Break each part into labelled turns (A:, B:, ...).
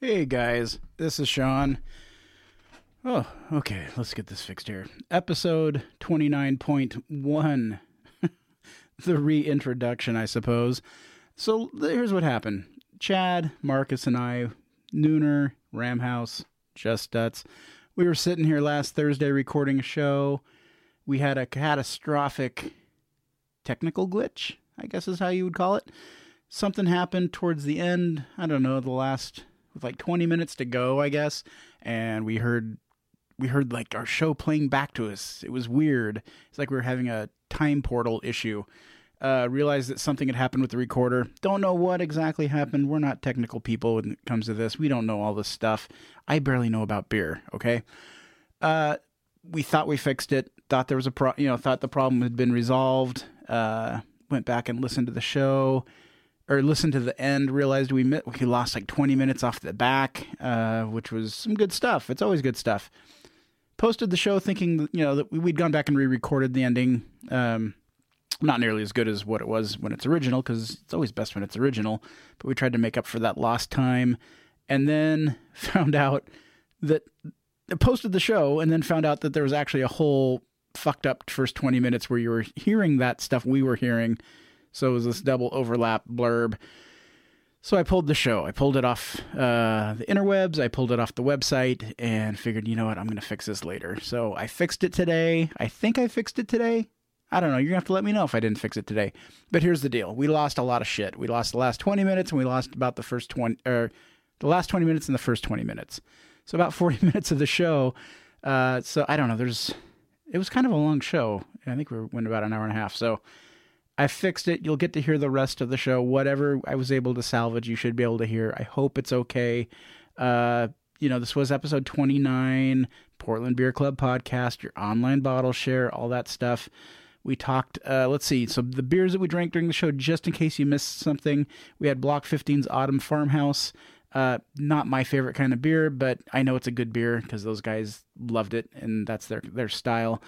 A: Hey guys, this is Sean. Oh, okay, let's get this fixed here. Episode 29.1. the reintroduction, I suppose. So here's what happened Chad, Marcus, and I, Nooner, Ramhouse, Just Dutz, we were sitting here last Thursday recording a show. We had a catastrophic technical glitch, I guess is how you would call it. Something happened towards the end, I don't know, the last with like 20 minutes to go, I guess, and we heard we heard like our show playing back to us. It was weird. It's like we were having a time portal issue. Uh, realized that something had happened with the recorder. Don't know what exactly happened. We're not technical people when it comes to this. We don't know all this stuff. I barely know about beer. Okay. Uh, we thought we fixed it. Thought there was a pro. You know, thought the problem had been resolved. Uh, went back and listened to the show or listened to the end, realized we mi- we lost like 20 minutes off the back, uh, which was some good stuff. It's always good stuff. Posted the show thinking, you know, that we- we'd gone back and re-recorded the ending. Um, not nearly as good as what it was when it's original, because it's always best when it's original. But we tried to make up for that lost time, and then found out that uh, posted the show, and then found out that there was actually a whole fucked up first 20 minutes where you were hearing that stuff we were hearing. So it was this double overlap blurb. So I pulled the show. I pulled it off uh, the interwebs. I pulled it off the website and figured, you know what, I'm going to fix this later. So I fixed it today. I think I fixed it today. I don't know. You're going to have to let me know if I didn't fix it today. But here's the deal we lost a lot of shit. We lost the last 20 minutes and we lost about the first 20, or the last 20 minutes and the first 20 minutes. So about 40 minutes of the show. Uh, so I don't know. There's, it was kind of a long show. I think we went about an hour and a half. So, I fixed it. You'll get to hear the rest of the show. Whatever I was able to salvage, you should be able to hear. I hope it's okay. Uh, you know, this was episode 29, Portland Beer Club podcast, your online bottle share, all that stuff. We talked, uh, let's see, so the beers that we drank during the show, just in case you missed something, we had Block 15's Autumn Farmhouse. Uh, not my favorite kind of beer, but I know it's a good beer because those guys loved it and that's their, their style.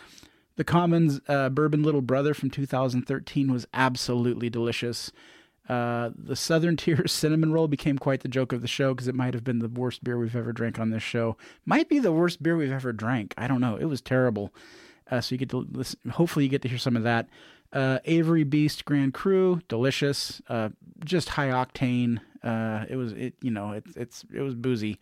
A: The Commons uh, Bourbon Little Brother from 2013 was absolutely delicious. Uh, the Southern Tier Cinnamon Roll became quite the joke of the show because it might have been the worst beer we've ever drank on this show. Might be the worst beer we've ever drank. I don't know. It was terrible. Uh, so you get to listen. Hopefully, you get to hear some of that. Uh, Avery Beast Grand Cru, delicious. Uh, just high octane. Uh, it was it. You know, it's it's it was boozy.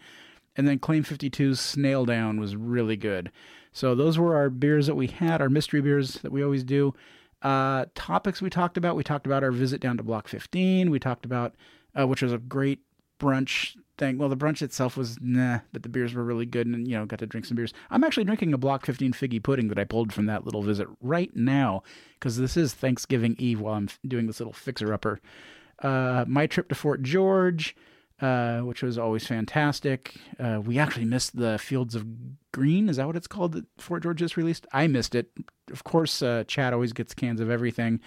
A: And then Claim 52's Snail Down was really good. So those were our beers that we had, our mystery beers that we always do. Uh, topics we talked about. We talked about our visit down to Block 15. We talked about, uh, which was a great brunch thing. Well, the brunch itself was nah, but the beers were really good and, you know, got to drink some beers. I'm actually drinking a Block 15 figgy pudding that I pulled from that little visit right now because this is Thanksgiving Eve while I'm f- doing this little fixer upper. Uh, my trip to Fort George uh, which was always fantastic. Uh, we actually missed the Fields of Green. Is that what it's called that Fort George just released? I missed it. Of course, uh, Chad always gets cans of everything,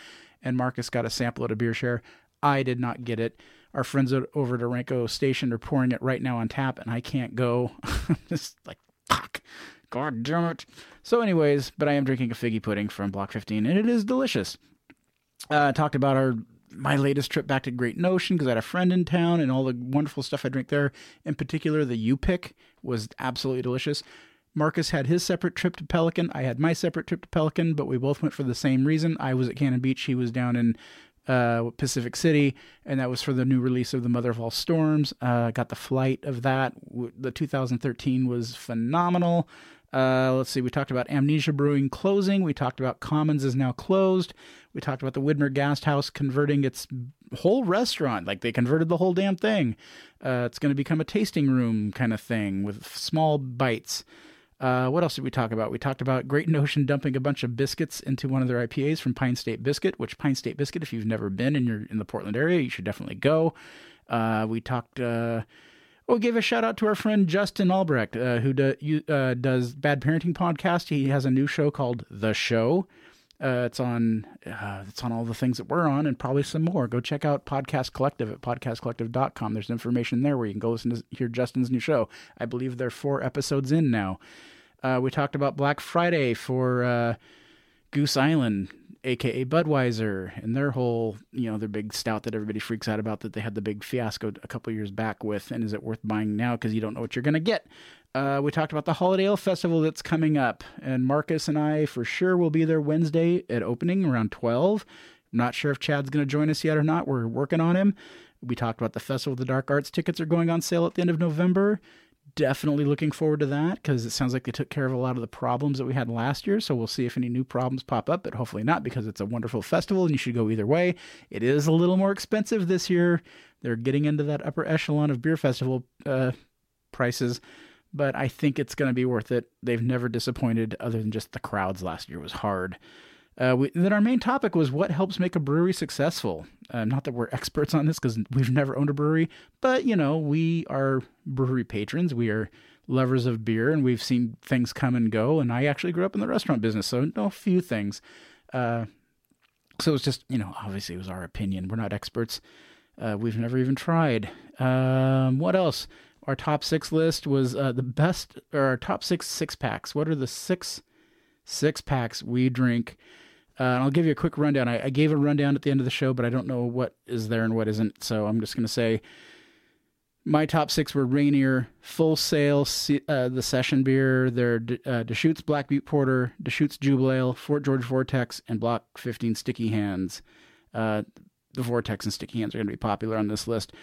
A: and Marcus got a sample at a beer share. I did not get it. Our friends o- over at Renko Station are pouring it right now on tap, and I can't go. just like, fuck. God damn it. So, anyways, but I am drinking a figgy pudding from Block 15, and it is delicious uh, talked about our my latest trip back to Great Notion because I had a friend in town and all the wonderful stuff I drank there. In particular, the U Pick was absolutely delicious. Marcus had his separate trip to Pelican. I had my separate trip to Pelican, but we both went for the same reason. I was at Cannon Beach. He was down in uh, Pacific City, and that was for the new release of The Mother of All Storms. Uh, got the flight of that. W- The 2013 was phenomenal. Uh, let's see, we talked about Amnesia Brewing closing. We talked about Commons is now closed. We talked about the Widmer Gast House converting its whole restaurant. Like they converted the whole damn thing. Uh, it's going to become a tasting room kind of thing with small bites. Uh, what else did we talk about? We talked about Great Notion dumping a bunch of biscuits into one of their IPAs from Pine State Biscuit, which Pine State Biscuit, if you've never been and you're in the Portland area, you should definitely go. Uh, we talked. Uh, Oh, give a shout out to our friend Justin Albrecht, uh, who do, you, uh, does Bad Parenting podcast. He has a new show called The Show. Uh, it's on uh, it's on all the things that we're on and probably some more. Go check out Podcast Collective at podcastcollective.com. There's information there where you can go listen to hear Justin's new show. I believe they're four episodes in now. Uh, we talked about Black Friday for uh, Goose Island aka Budweiser, and their whole, you know, their big stout that everybody freaks out about that they had the big fiasco a couple years back with, and is it worth buying now because you don't know what you're going to get? Uh, we talked about the Holiday Ale Festival that's coming up, and Marcus and I for sure will be there Wednesday at opening around 12. I'm not sure if Chad's going to join us yet or not. We're working on him. We talked about the Festival of the Dark Arts tickets are going on sale at the end of November definitely looking forward to that because it sounds like they took care of a lot of the problems that we had last year. So we'll see if any new problems pop up, but hopefully not because it's a wonderful festival and you should go either way. It is a little more expensive this year. They're getting into that upper echelon of beer festival uh, prices, but I think it's going to be worth it. They've never disappointed, other than just the crowds last year was hard. Uh, we, then our main topic was what helps make a brewery successful. Uh, not that we're experts on this because we've never owned a brewery, but you know we are brewery patrons. We are lovers of beer, and we've seen things come and go. And I actually grew up in the restaurant business, so know a few things. Uh, so it's just you know obviously it was our opinion. We're not experts. Uh, we've never even tried. Um, what else? Our top six list was uh, the best, or our top six six packs. What are the six? six packs we drink. Uh, and I'll give you a quick rundown. I, I, gave a rundown at the end of the show, but I don't know what is there and what isn't. So I'm just going to say my top six were Rainier, Full Sail, uh, the Session Beer, their D- uh, Deschutes Black Butte Porter, Deschutes Jubilee Ale, Fort George Vortex, and Block 15 Sticky Hands. Uh, the Vortex and Sticky Hands are going to be popular on this list.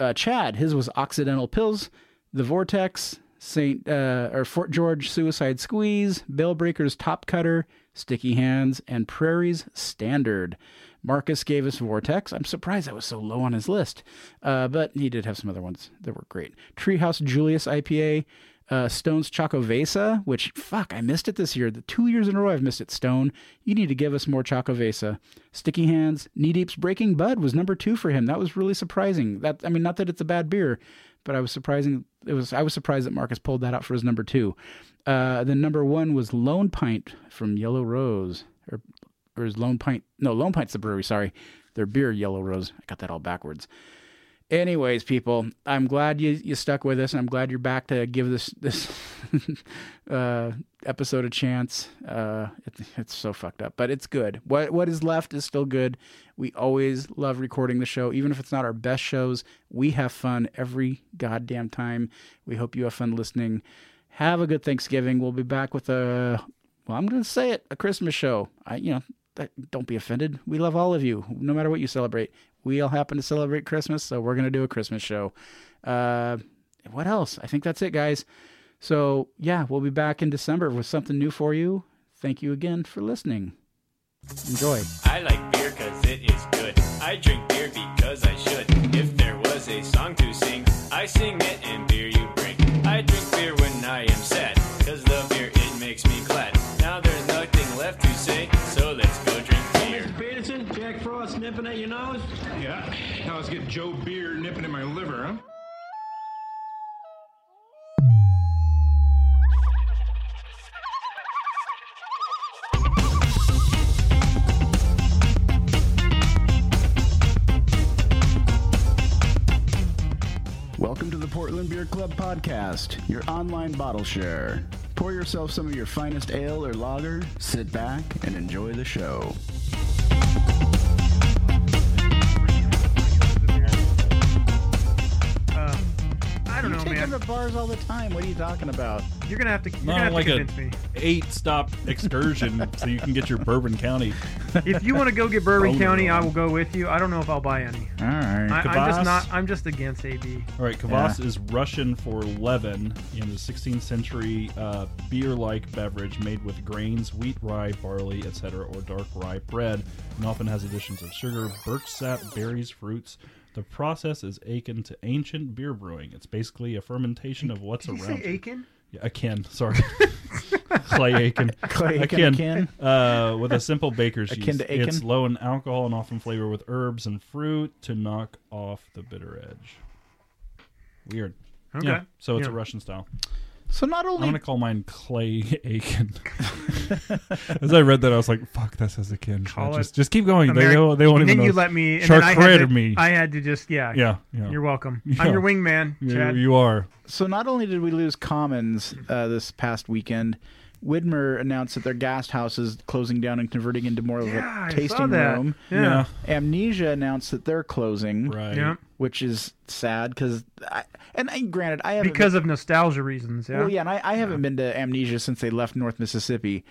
A: Uh, Chad, his was Occidental Pills, the Vortex, Saint uh, or Fort George Suicide Squeeze, Bailbreakers Top Cutter, Sticky Hands, and Prairie's Standard. Marcus gave us Vortex. I'm surprised that was so low on his list, uh, but he did have some other ones that were great. Treehouse Julius IPA, uh, Stone's Choco Vesa, which fuck, I missed it this year. The two years in a row I've missed it. Stone, you need to give us more Choco Vesa. Sticky Hands, Knee Deep's Breaking Bud was number two for him. That was really surprising. That I mean, not that it's a bad beer, but I was surprising. It was I was surprised that Marcus pulled that out for his number two. Uh, then number one was Lone Pint from Yellow Rose, or or is Lone Pint? No, Lone Pint's the brewery. Sorry, their beer Yellow Rose. I got that all backwards. Anyways, people, I'm glad you, you stuck with us, and I'm glad you're back to give this this uh, episode a chance. Uh, it, it's so fucked up, but it's good. What what is left is still good. We always love recording the show, even if it's not our best shows. We have fun every goddamn time. We hope you have fun listening. Have a good Thanksgiving. We'll be back with a well, I'm gonna say it, a Christmas show. I you know that, don't be offended. We love all of you, no matter what you celebrate. We all happen to celebrate Christmas, so we're going to do a Christmas show. Uh, what else? I think that's it, guys. So, yeah, we'll be back in December with something new for you. Thank you again for listening. Enjoy.
B: I like beer because it is good. I drink beer because I should. If there was a song to sing, I sing it and beer you bring. I drink beer when I am sad because the beer, it makes me glad. Now there's nothing left to say, so let's go drink beer.
C: Mr. Peterson, Jack Frost nipping at your nose?
D: Yeah. Now let's get Joe Beer nipping at my liver, huh?
E: Welcome to the Portland Beer Club podcast, your online bottle share. Pour yourself some of your finest ale or lager, sit back, and enjoy the show.
F: Uh, I don't
A: You
F: know,
A: take
F: man.
A: them to bars all the time. What are you talking about?
F: You're gonna have to. You're
G: No,
F: gonna have
G: like
F: to
G: a-
F: convince me.
G: eight stop excursion so you can get your Bourbon County.
F: If you want to go get Bourbon
G: Bone
F: County, I
G: Room.
F: will go with you. I don't know if I'll buy any.
A: All right.
F: I, I'm just
G: Kvass?
F: not. I'm just against AB.
G: All right, Kvass is Russian for leaven and is a 16th century uh, beer like beverage made with grains, wheat, rye, barley, etc., or dark rye bread, and often has additions of sugar, birch sap, berries, fruits. The process is akin to ancient beer brewing. It's basically a fermentation of what's
F: Did you
G: around.
F: say Aiken?
G: Yeah, Akin, sorry. Clay Aiken.
A: Clay Aiken, Akin.
G: Uh, with a simple baker's
A: Akin
G: yeast.
A: to Aiken.
G: It's low in alcohol and often flavored with herbs and fruit to knock off the bitter edge. Weird.
F: Okay.
G: Yeah, so it's a
F: Yeah.
G: Russian style.
A: So not
G: I'm going
A: only
G: to call mine Clay Aiken. As I read that, I was like, fuck, that says Akin.
F: Call
G: just,
F: it
G: just keep going. they,
F: Ameri-
G: don't- they won't
F: and then
G: even know.
F: you let me. And then I had to,
G: Charcuterie me.
F: I had to just yeah.
G: yeah, yeah.
F: You're welcome.
G: Yeah.
F: I'm your wingman,
G: You-
F: Chad.
G: you are.
A: so not only did we lose Commons uh, this past weekend, Widmer announced that their gas house is closing down and converting into more of a
F: Yeah, I saw
A: tasting
F: that.
A: room.
F: Yeah.
G: Yeah.
A: Amnesia announced that they're closing,
G: Right.
F: Yeah.
A: which is sad because, and I, granted, I haven't
F: Because of nostalgia reasons. Yeah.
A: well, Oh, yeah, and I, I haven't been to Amnesia since they left North Mississippi.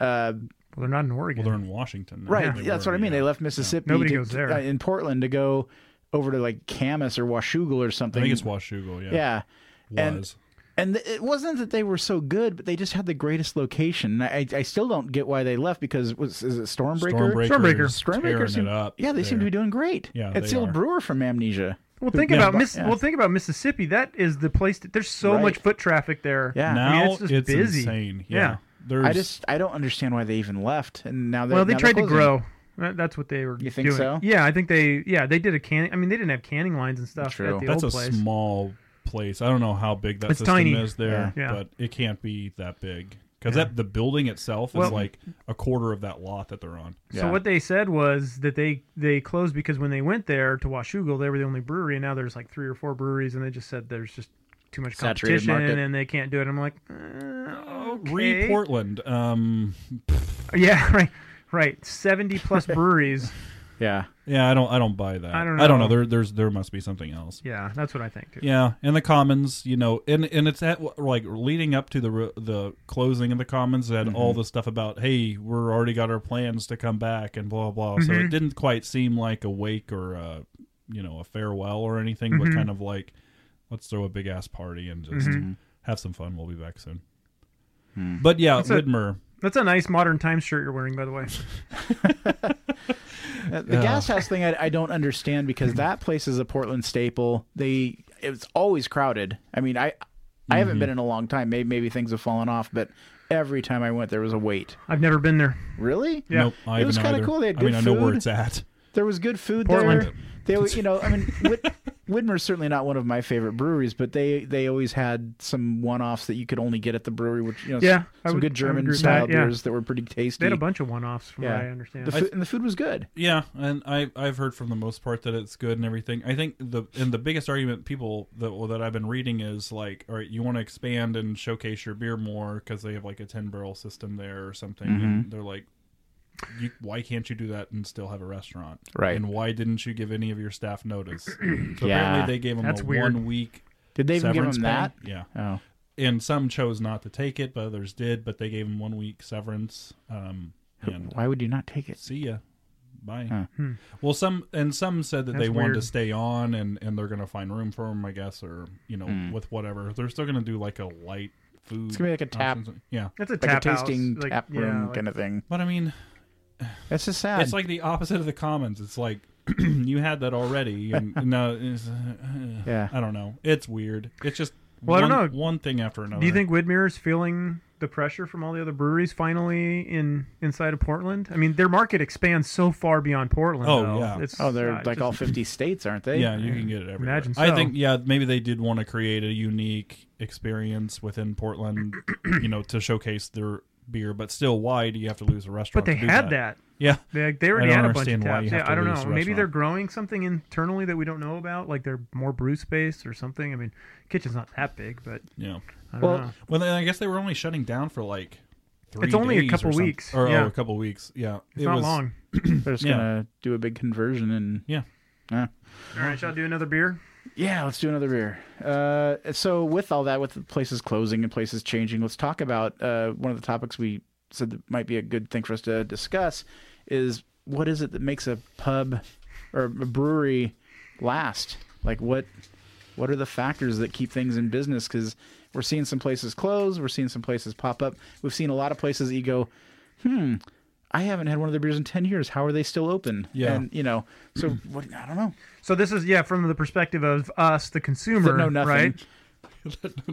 A: Uh,
F: Well, they're not in Oregon.
G: Well, they're in Washington. now.
A: right,
G: They
A: that's
G: were,
A: what I mean.
G: yeah.
A: They left Mississippi.
F: Nobody
A: to-
F: goes there.
A: uh, in Portland to go over to like Camas or Washougal or
G: I
A: something.
G: think it's Washougal. Yeah.
A: yeah. And
G: Was.
A: and th- it wasn't that they were so good, but they just had the greatest location. And I, I still don't get why they left because was is it Stormbreaker?
G: Stormbreaker.
F: Stormbreaker.
G: is
A: Stormbreaker
G: tearing
A: seemed-
G: it up.
A: Yeah, they seem to
G: there.
A: be doing great.
G: Yeah,
A: it's
G: they
A: the old
G: are.
A: Brewer from Amnesia.
F: well, think
G: yeah,
F: about
G: but-
F: Miss.
A: yeah.
F: Well, think about Mississippi. That is the place. That, there's so
A: Right.
F: much foot traffic there.
A: Yeah.
G: Now
F: I mean,
G: it's,
F: it's just busy.
G: insane. Yeah.
F: Yeah.
G: There's,
A: I just I don't understand why they even left. And now they're,
F: Well, they
A: now they're
F: tried to
A: closing.
F: grow. That- That's what they were.
A: You think
F: doing.
A: so?
F: Yeah, I think they. Yeah, they did a canning. I mean, they didn't have canning lines and stuff
A: True.
F: at the
G: that's
F: old
G: a
F: place.
G: small place. I don't know how big that
F: It's
G: system
F: tiny.
G: is there,
F: Yeah. Yeah.
G: but it can't be that big because that the building itself
F: Well-
G: is like a quarter of that lot that they're on.
A: Yeah.
F: So what they said was that they they closed because when they went there to Washougal, they were the only brewery, and now there's like three or four breweries, and they just said there's just too much
A: Saturated
F: competition,
A: market.
F: and they can't do it. I'm like, uh,
G: Re
F: okay.
G: Portland. Um,
F: yeah, right, right, seventy plus breweries.
A: Yeah.
G: yeah, I don't. I don't buy that.
F: I don't
G: I don't know.
F: know.
G: There, there's there must be something else.
F: Yeah, that's what I think too.
G: Yeah, and the Commons, you know, and and it's at like leading up to the re- the closing of the Commons, that all
A: Mm-hmm.
G: the stuff about hey, we're already got our plans to come back and blah blah. So
A: Mm-hmm.
G: it didn't quite seem like a wake or a you know a farewell or anything, but
A: Mm-hmm.
G: kind of like let's throw a big ass party and just have some fun. We'll be back soon. But yeah,
F: a-
G: Widmer.
F: That's a nice modern times shirt you're wearing, by the way.
A: Uh, The gas house thing I, I don't understand because that place is a Portland staple. They it's always crowded. I mean, I I
G: Mm-hmm.
A: haven't been in a long time. Maybe maybe things have fallen off, but every time I went, there was a wait.
F: I've never been there.
A: Really?
F: Yeah.
G: Nope, I
A: It was
G: haven't
A: kinda
G: either.
A: cool. They had
G: I mean,
A: good
G: I know where
A: food.
G: it's at.
A: There was good food
F: Portland.
A: there. They, were- you know, I mean, Whit, Widmer's certainly not one of my favorite breweries, but they they always had some one-offs that you could only get at the brewery, which you know,
F: Yeah,
A: some,
F: I would-
A: good
F: I would agree
A: German
F: with
A: style
F: that, yeah.
A: beers that were pretty tasty.
F: They had a bunch of one-offs, from what I understand.
A: The food, and the food was good.
G: Yeah, and I I've heard from the most part that it's good and everything. I think the and the biggest argument people that well, that I've been reading is like, all right, you want to expand and showcase your beer more because they have like a ten barrel system there or something.
A: Mm-hmm.
G: And they're like, you, why can't you do that and still have a restaurant?
A: Right.
G: And why didn't you give any of your staff notice? so
A: Yeah.
G: apparently they gave them
F: That's
G: a
F: weird.
G: one week.
A: Did they even give
G: severance
A: them that?
G: pay. Yeah
A: Oh,
G: and some chose not to take it, but others did. But they gave him one week severance. Um, and
A: why would you not take it?
G: see ya, bye.
A: Huh.
G: Well, some and some said that they
F: Hmm. That's
G: wanted to
F: weird.
G: stay on, and and they're gonna find room for him, I guess, or you know, with whatever. They're still gonna do like a light food. It's
A: gonna be like a tap.
G: Yeah,
F: That's a
A: Like
F: tap
A: a tasting
F: house. Like,
A: tap
F: yeah,
A: room
F: like-
A: kind of thing.
G: but I mean,
A: That's just sad.
G: it's like the opposite of the commons. It's like. you had that already, and now it's, uh,
A: Yeah.
G: I don't know. It's weird. It's just
F: Well, I
G: one,
F: don't know.
G: one thing after another.
F: Do you think Widmer is feeling the pressure from all the other breweries finally in inside of Portland? I mean, their market expands so far beyond Portland.
G: Oh,
F: though.
G: yeah.
F: It's,
A: oh, they're
F: uh,
A: like
F: just-
A: all fifty states, aren't they?
G: Yeah, you can get it everywhere.
F: Imagine
G: I
F: so.
G: think yeah, maybe they did want to create a unique experience within Portland, you know, to showcase their beer. But still, why do you have to lose a restaurant?
F: But they
G: to do
F: had that.
G: Yeah,
F: They, they already
G: I
F: had
G: don't
F: a bunch of
G: understand why
F: taps.
G: you have
F: Yeah,
G: to
F: I don't know.
G: lose a
F: Maybe they're
G: restaurant.
F: growing something internally that we don't know about. Like they're more brew space or something. I mean, kitchen's not that big, but
G: yeah.
F: I don't
A: Well,
F: know.
G: Well, then I guess they were only shutting down for like three.
F: It's only a
G: days
F: couple
G: or something-
F: weeks.
G: or
F: Yeah.
G: oh, a couple weeks. Yeah,
F: It's not long.
A: They're just
G: Yeah.
A: gonna do a big conversion and
G: Yeah,
F: All right, shall I do another beer?
A: Yeah, let's do another beer. Uh, so, with all that, with the places closing and places changing, let's talk about uh, one of the topics we said that might be a good thing for us to discuss is what is it that makes a pub or a brewery last? Like, what what are the factors that keep things in business? Because we're seeing some places close, we're seeing some places pop up. We've seen a lot of places that you go, hmm, I haven't had one of their beers in ten years. How are they still open?
G: Yeah.
A: and you know, so what? I don't know.
F: So this is yeah from the perspective of us, the consumer,
A: know nothing.
F: right?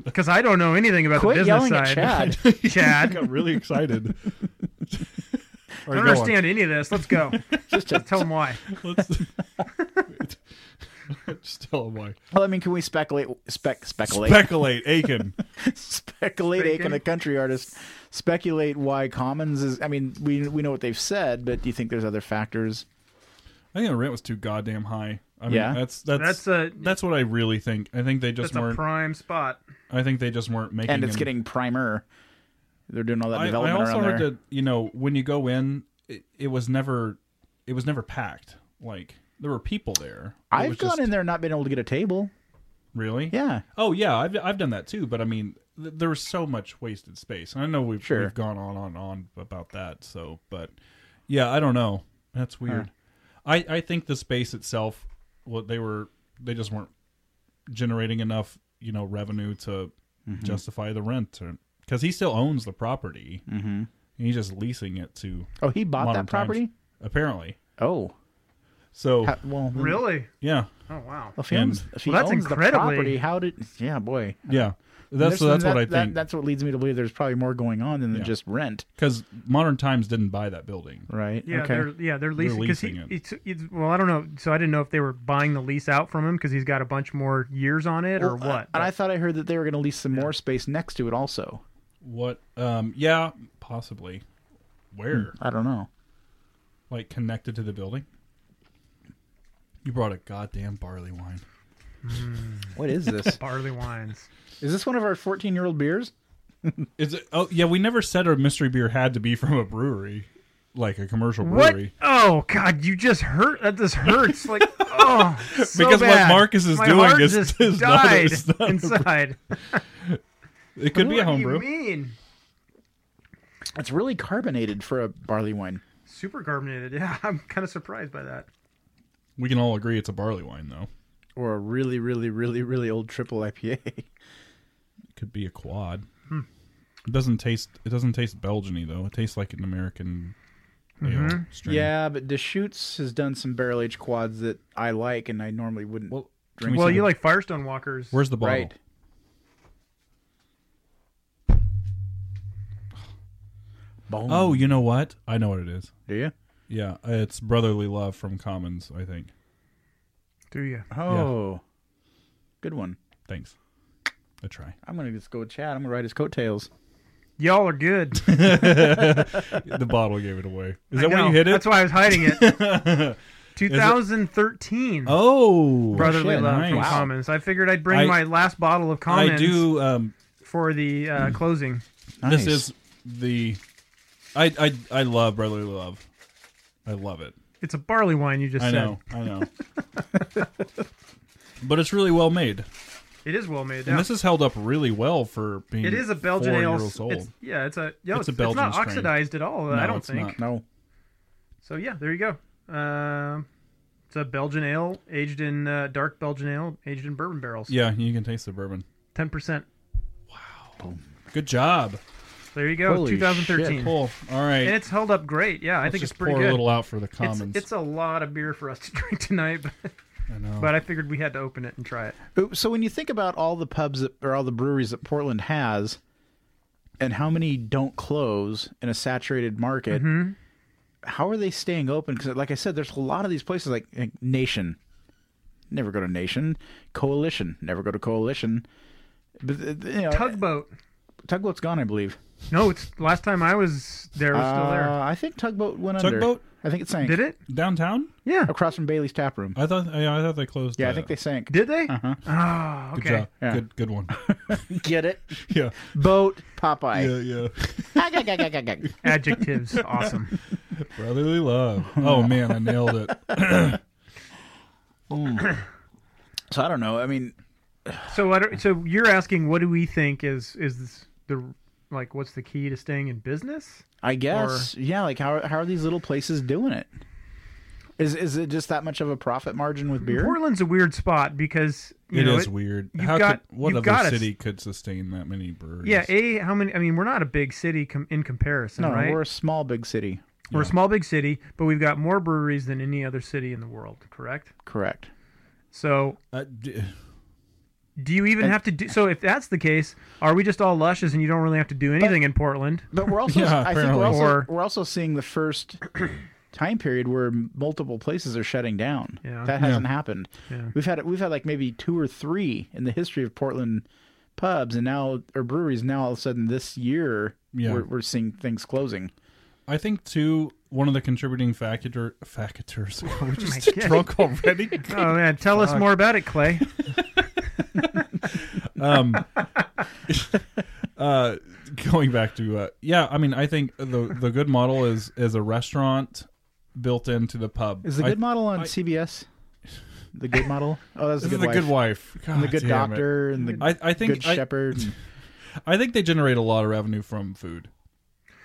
F: Because I don't know anything about
A: Quit
F: the business
A: yelling at
F: side.
A: Chad.
F: Chad,
G: got really excited.
F: I don't understand any of this. Let's go. Just tell him why.
G: Let's, just tell him why.
A: Well, I mean, can we speculate? Spec, speculate,
G: Speculate, Aiken.
A: speculate. Aiken,
F: Speculate.
A: a country artist, speculate why Commons is. I mean, we we know what they've said, but do you think there's other factors?
G: I think the rent was too goddamn high. I mean,
A: Yeah.
G: that's that's
F: That's a
G: that's what I really think. I think they just
F: that's a
G: weren't.
F: prime spot.
G: I think they just weren't making.
A: And it's
G: an-
A: getting primer. They're doing all that
G: I, I
A: development
G: also
A: around
G: heard
A: there.
G: that you know when you go in, it, it was never, it was never packed. Like there were people there. It
A: I've
G: was
A: gone
G: just-
A: in there and not been able to get a table.
G: Really?
A: Yeah.
G: Oh yeah, I've I've done that too. But I mean, th- there was so much wasted space, and I know we've
A: Sure.
G: we've gone on on on about that. So, but yeah, I don't know. That's weird. I I think the space itself, what they were, they just weren't generating enough, you know, revenue to
A: Mm-hmm.
G: justify the rent, because he still owns the property. Mm-hmm. And he's just leasing it to
A: Oh, he bought
G: Modern
A: that property.
G: Times, apparently.
A: Oh,
G: So
A: How- well, then-
F: Really?
G: yeah,
F: Oh wow.
A: If he
G: And-
A: owns, if he
F: Well, that's
A: owns the
F: incredibly-
A: property, how did? Yeah, boy.
G: yeah. That's
A: There's-
G: that's what I
A: that- that-
G: think.
A: that's what leads me to believe there's probably more going on than
G: Yeah.
A: just rent,
G: Because Modern Times didn't buy that building.
A: right?
F: Yeah,
A: okay.
F: they're yeah they're leasing because he
G: leasing it.
F: it's, it's well I don't know so I didn't know if they were buying the lease out from him because he's got a bunch more years on it or
A: Well,
F: what.
A: And I thought I heard that they were going to lease some more space next to it. Also,
G: What? Um. Yeah. Possibly.
F: Hmm.
G: Where?
A: I don't know.
G: Like connected to the building? You brought a goddamn barley wine.
A: What is this?
F: barley wines.
A: is this one of our 14 year old beers?
G: Is it? Oh yeah. We never said our mystery beer had to be from a brewery, like a commercial
F: What?
G: brewery.
F: Oh God! You just hurt. That just hurts. Like oh, so
G: Because what
F: bad.
G: Marcus is
F: My
G: doing
F: heart
G: is-
F: just
G: is not-
F: died
G: is not a-
F: inside.
G: It could be a
F: what do you
G: homebrew.
F: mean?
A: It's really carbonated for a barley wine.
F: Super carbonated. Yeah, I'm kind of surprised by that.
G: We can all agree it's a barley wine, though.
A: Or a really, really, really, really old triple IPA.
G: It could be a quad.
F: Hmm.
G: It doesn't taste. It doesn't taste Belgiany though. It tastes like an American.
F: Mm-hmm.
G: Ale strain.
A: yeah, but Deschutes has done some barrel aged quads that I like, and I normally wouldn't.
G: Well, can
A: drink
G: we
F: Well,
G: see
F: you
G: the-
F: like Firestone Walkers.
G: Where's the bottle?
A: right. Boom.
G: Oh, you know what? I know what it is.
A: do you?
G: Yeah, it's brotherly love from Commons. I think.
F: do you?
A: Oh, good one.
G: Thanks. A try.
A: I'm gonna just go with Chad. I'm gonna ride his coattails.
F: Y'all are good.
G: The bottle gave it away. Is
F: I
G: that where
F: know.
G: you hit it?
F: That's why I was hiding it. 2013.
G: oh,
F: Brotherly
A: shit,
F: Love from
G: nice.
F: Commons. I figured I'd bring
G: I-
F: my last bottle of Commons
G: I do. Um,
F: for the uh, closing.
A: Nice.
G: This is the. I I I love brotherly love. I love it.
F: It's a barley wine you just
G: I
F: said.
G: know. I know. but it's really well made,
F: It is well made.
G: and
F: yeah.
G: this has held up really well for being.
F: it is a Belgian
G: four
F: ale.
G: Years old.
F: It's, yeah, it's a yeah, it's,
G: It's a
F: it's
G: Belgian
F: not
G: strain.
F: oxidized at all.
G: No,
F: I don't
G: it's
F: think.
G: not.
A: no.
F: So yeah, there you go. Um, it's a Belgian ale aged in uh, dark Belgian ale aged in bourbon barrels.
G: Yeah, you can taste the bourbon.
F: ten percent.
G: Good job.
F: There you go.
A: Holy
F: 2013,
A: shit.
G: Cool. All right.
F: and it's held up great. Yeah, I
G: Let's
F: think it's
G: just
F: pretty
G: pour
F: good.
G: a little out for the
F: it's,
G: Commons.
F: it's a lot of beer for us to drink tonight, but,
G: I know.
F: but I figured we had to open it and try it.
A: Oh, So when you think about all the pubs that, or all the breweries that Portland has, and how many don't close in a saturated market,
F: Mm-hmm.
A: how are they staying open? Because, like I said, there's a lot of these places like, like Nation, never go to Nation, Coalition, never go to Coalition. But uh, you know,
F: Tugboat.
A: Tugboat's gone, I believe.
F: No, it's last time I was there it was still
A: Uh,
F: there.
A: I think Tugboat went under.
G: Tugboat?
A: I think it sank.
F: Did it?
G: Downtown?
F: Yeah.
A: across from Bailey's Tap Room?
G: I thought yeah, I thought they closed.
A: Yeah, I
G: that.
A: think they sank.
F: Did they? Oh,
G: Uh-huh. Good
F: okay.
G: job.
A: Yeah.
G: Good good one.
A: Get it?
G: yeah.
A: Boat
G: Yeah,
A: Popeye.
G: yeah.
F: Adjectives. Awesome.
G: Brotherly love. Oh man, I nailed it.
A: So I don't know. I mean,
F: So I don't, so you're asking what do we think is is this the like what's the key to staying in business?
A: I guess. yeah, like how how are these little places doing it? Is is it just that much of a profit margin with beer?
F: Portland's a weird spot because you
G: It
F: know
G: is weird.
F: you've
G: How
F: got-
G: could what
F: you've
G: other
F: got a-
G: city could sustain that many breweries?
F: Yeah, a how many? I mean, we're not a big city com- in comparison,
A: no,
F: right?
A: we're a small big city.
F: We're a small big city, but we've got more breweries than any other city in the world. Correct.
A: Correct.
F: So
G: Uh, d-
F: do you even have to do? So if that's the case, are we just all lushes and you don't really have to do anything in Portland?
A: But we're also
G: Yeah,
A: I think
G: apparently.
A: we're also
F: Or-
A: we're also seeing the first time period where multiple places are shutting down.
F: Yeah.
A: That hasn't happened.
F: Yeah.
A: We've had we've had like maybe two or three in the history of Portland pubs and now or breweries now all of a sudden this year
G: Yeah.
A: we're, we're seeing things closing.
G: I think too one of the contributing factor factors. We're just
F: Oh God.
G: drunk already.
F: Oh man, tell us more about it, Clay.
G: uh, going back to uh, yeah, I mean, I think the the good model is is a restaurant built into the pub.
A: Is the
G: I-
A: good model on
G: I-
A: CBS? The good model. Oh, that's
G: This
A: the good
G: is the
A: wife.
G: good wife,
A: And the
G: God
A: good
G: Ah, damn it.
A: doctor and the
G: I, I think
A: good
G: I-
A: shepherd. and-
G: I think they generate a lot of revenue from food.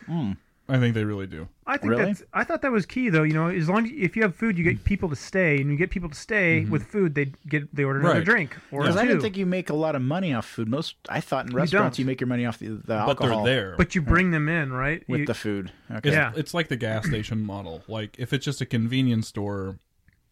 A: Hmm.
G: I think they really do.
F: I think
A: Really? Mm.
F: that's. I thought that was key, though. You know, as long as if you have food, you get people to stay, and you get people to stay
A: Mm-hmm.
F: with food, they get they order another
G: Right.
F: drink or
A: Because
F: two.
A: I didn't think you make a lot of money off food. Most I thought in restaurants
F: don't.
A: you make your money off the, the
G: But
A: alcohol.
G: they're there.
F: but you bring them in, right?
A: with
F: You-
A: the food. Okay.
G: it's,
F: Yeah.
G: it's like the gas station model. Like if it's just a convenience store,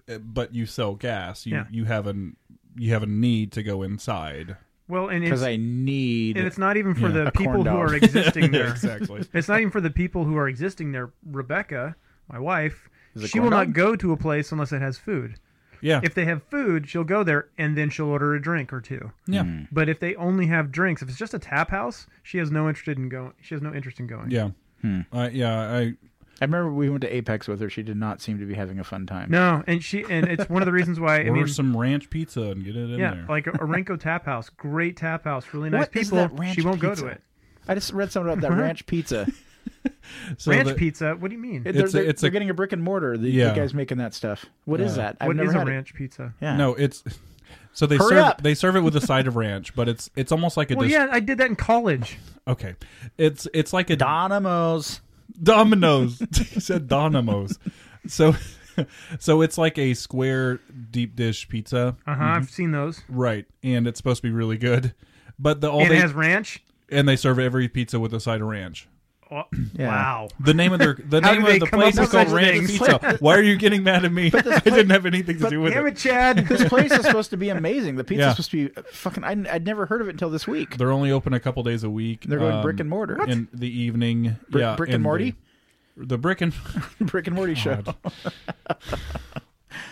G: uh, but you sell gas, you
F: Yeah.
G: you have an you have a need to go inside.
F: well, and it's,
A: Because I need.
F: and it's not even for
G: Yeah.
F: the
A: A corn
F: people who
A: dog.
F: are existing there.
G: exactly.
F: It's not even for the people who are existing there. Rebecca, my wife,
A: it
F: she will
A: corn
F: not
A: dog?
F: go to a place unless it has food.
G: Yeah.
F: If they have food, she'll go there and then she'll order a drink or two.
G: yeah.
A: Hmm.
F: But if they only have drinks, if it's just a tap house, she has no interest in going. She has no interest in going.
G: Yeah.
A: Hmm.
G: Uh, yeah. I
A: I remember we went to Apex with her. She did not seem to be having a fun time.
F: No, and she and it's one of the reasons why. I
G: order
F: mean,
G: some ranch pizza and get it in
F: yeah,
G: there.
F: like Orenco Tap House, great tap house, really nice
A: What is
F: people.
A: that ranch
F: she won't go
A: pizza?
F: to it.
A: I just read something about that ranch pizza.
G: So
F: ranch
G: the-
F: pizza? What do you mean?
A: It-
G: It's
A: they're
G: a-
A: they're-
G: it's a-
A: they're getting a brick and mortar. The, the
G: Yeah.
A: guys making that stuff. What is that? I've
F: what
A: never
F: is a
A: had it.
F: ranch pizza?
A: Yeah.
G: No, it's so they
A: Hurry
G: serve
A: up.
G: they serve it with a side of ranch, but it's it's almost like a
F: Well,
G: dis-
F: yeah, I did that in college.
G: okay. It's it's like a
A: Donamos.
G: Domino's. he said Donamos. So so it's like a square deep dish pizza.
F: Uh huh. I've seen those.
G: Right. And it's supposed to be really good. But the all
F: and
G: they
F: it has ranch.
G: and they serve every pizza with a side of ranch.
F: Oh,
A: Yeah.
F: Wow.
G: The name of their the
F: How
G: name
F: do they
G: of the
F: come up
G: place is
F: with
G: called
F: such
G: Ranch
F: things?
G: Pizza. Why are you getting mad at me? I didn't have anything to do with
F: Damn
G: it.
F: it, Chad.
A: This place is supposed to be amazing. The pizza's
G: Yeah.
A: supposed to be fucking. I, I'd never heard of it until this week.
G: They're only open a couple days a week. um,
A: They're going brick and mortar. What?
G: in the evening.
A: Brick-
G: yeah,
A: brick and Morty?
G: The, the brick and
A: brick and morty show.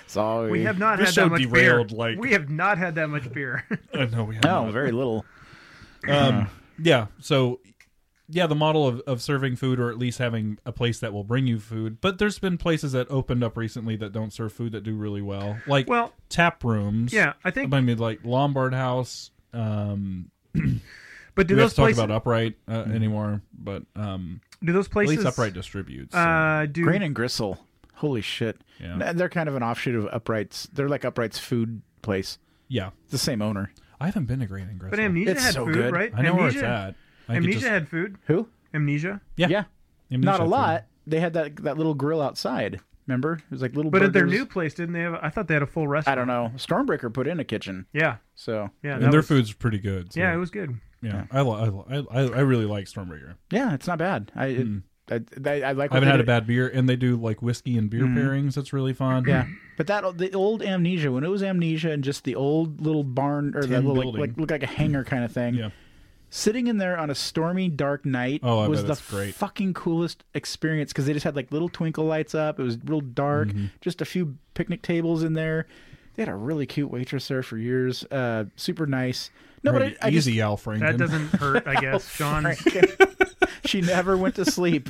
A: Sorry.
F: We have not
G: This
F: had
G: show
F: that much
G: derailed,
F: beer.
G: like-
F: We have not had that much beer.
G: uh, no, we have
A: no
G: not.
A: very little.
F: Uh-huh.
G: Um, yeah. So, yeah, the model of, of serving food or at least having a place that will bring you food. But there's been places that opened up recently that don't serve food that do really well, like
F: Well-
G: tap rooms.
F: Yeah, I think-
G: I mean, like Lombard House. Um,
F: But do
G: we have
F: those
G: to talk
F: places?
G: about Upright uh, anymore, but um,
F: do those
G: at
F: places?
G: least Upright distributes. so-
F: Uh, do
A: Grain and Gristle. Holy shit.
G: Yeah.
A: Th- They're kind of an offshoot of Upright's. They're like Upright's food place.
G: yeah,
A: It's the same owner.
G: I haven't been to Green and Gristle.
F: but Amnesia
A: It's
F: had
A: so
F: food,
A: good.
F: right?
G: I know
F: amnesia,
G: where it's at. I could
F: Amnesia
G: just-
F: had food.
A: Who?
F: Amnesia.
G: yeah,
A: Yeah.
G: Amnesia
A: Not a
G: had food.
A: lot. They had that that little grill outside. Remember? It was like little
F: But at their
A: burgers.
F: new place, didn't they have? I thought they had a full
A: I
F: restaurant.
A: don't know. Stormbreaker put in a kitchen.
F: Yeah,
A: So
F: yeah. that
G: And their
F: was-
G: food's pretty good. so-
F: Yeah, it was good.
G: Yeah, I, lo- I, lo- I, I really like Stormbreaker.
A: yeah, it's not bad. I it- I, I, I like
G: Hmm. I
A: what
G: haven't
A: they
G: had a
A: did.
G: bad beer, and they do like whiskey and beer pairings. That's really fun.
A: Mm-hmm. Yeah. But that the old amnesia when it was amnesia and just the old little barn or the
G: Tin
A: little like,
G: building.
A: like look like a hangar kind of thing.
G: Yeah.
A: Sitting in there on a stormy dark night
G: Oh, I
A: was
G: bet
A: the
G: it's great.
A: fucking coolest experience because they just had like little twinkle lights up. It was real dark.
G: Mm-hmm.
A: Just a few picnic tables in there. They had a really cute waitress there for years. Uh, super nice. No,
G: Right,
A: but I, I
G: easy,
A: just,
G: Al Franken.
F: That doesn't hurt, I guess.
A: Oh,
F: Sean,
A: she never went to sleep.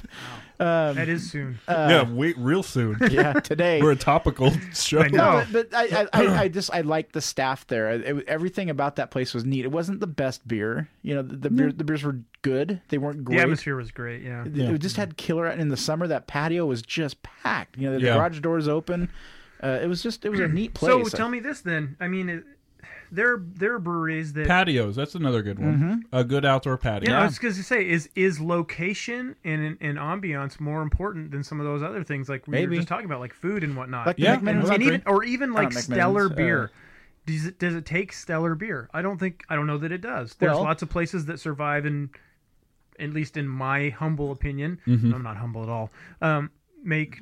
F: that is soon.
G: yeah, wait real soon.
A: Uh, Yeah, today
G: We're a topical show.
F: I know.
A: No, but, but I, I, I, I just I liked the staff there. It- it- everything about that place was neat. It wasn't the best beer, you know. The, the beer, the beers were good. They weren't
F: the
A: great.
F: atmosphere was great. Mm. Yeah.
A: It- It just had killer. And in the summer, that patio was just packed. You know, the
G: Yeah.
A: garage doors open. Uh, it was just it was a neat
F: So
A: place.
F: tell me this then. I mean, it, there there are breweries that.
G: Patios. That's another good one.
A: Mm-hmm.
G: A good outdoor patio.
F: yeah, I was going to say is is location and and ambiance more important than some of those other things like we were
A: Maybe.
F: just talking about, like food and whatnot.
A: Like the
G: Yeah,
F: And-
A: McMinnon's
F: and
A: Laundry.
F: even or even like
A: McMinnon's,
F: stellar
A: uh,
F: beer. Does it does it take stellar beer? I don't think I don't know that it does. There's
A: Well-
F: lots of places that survive in, at least in my humble opinion,
A: Mm-hmm.
F: I'm not humble at all. Um, make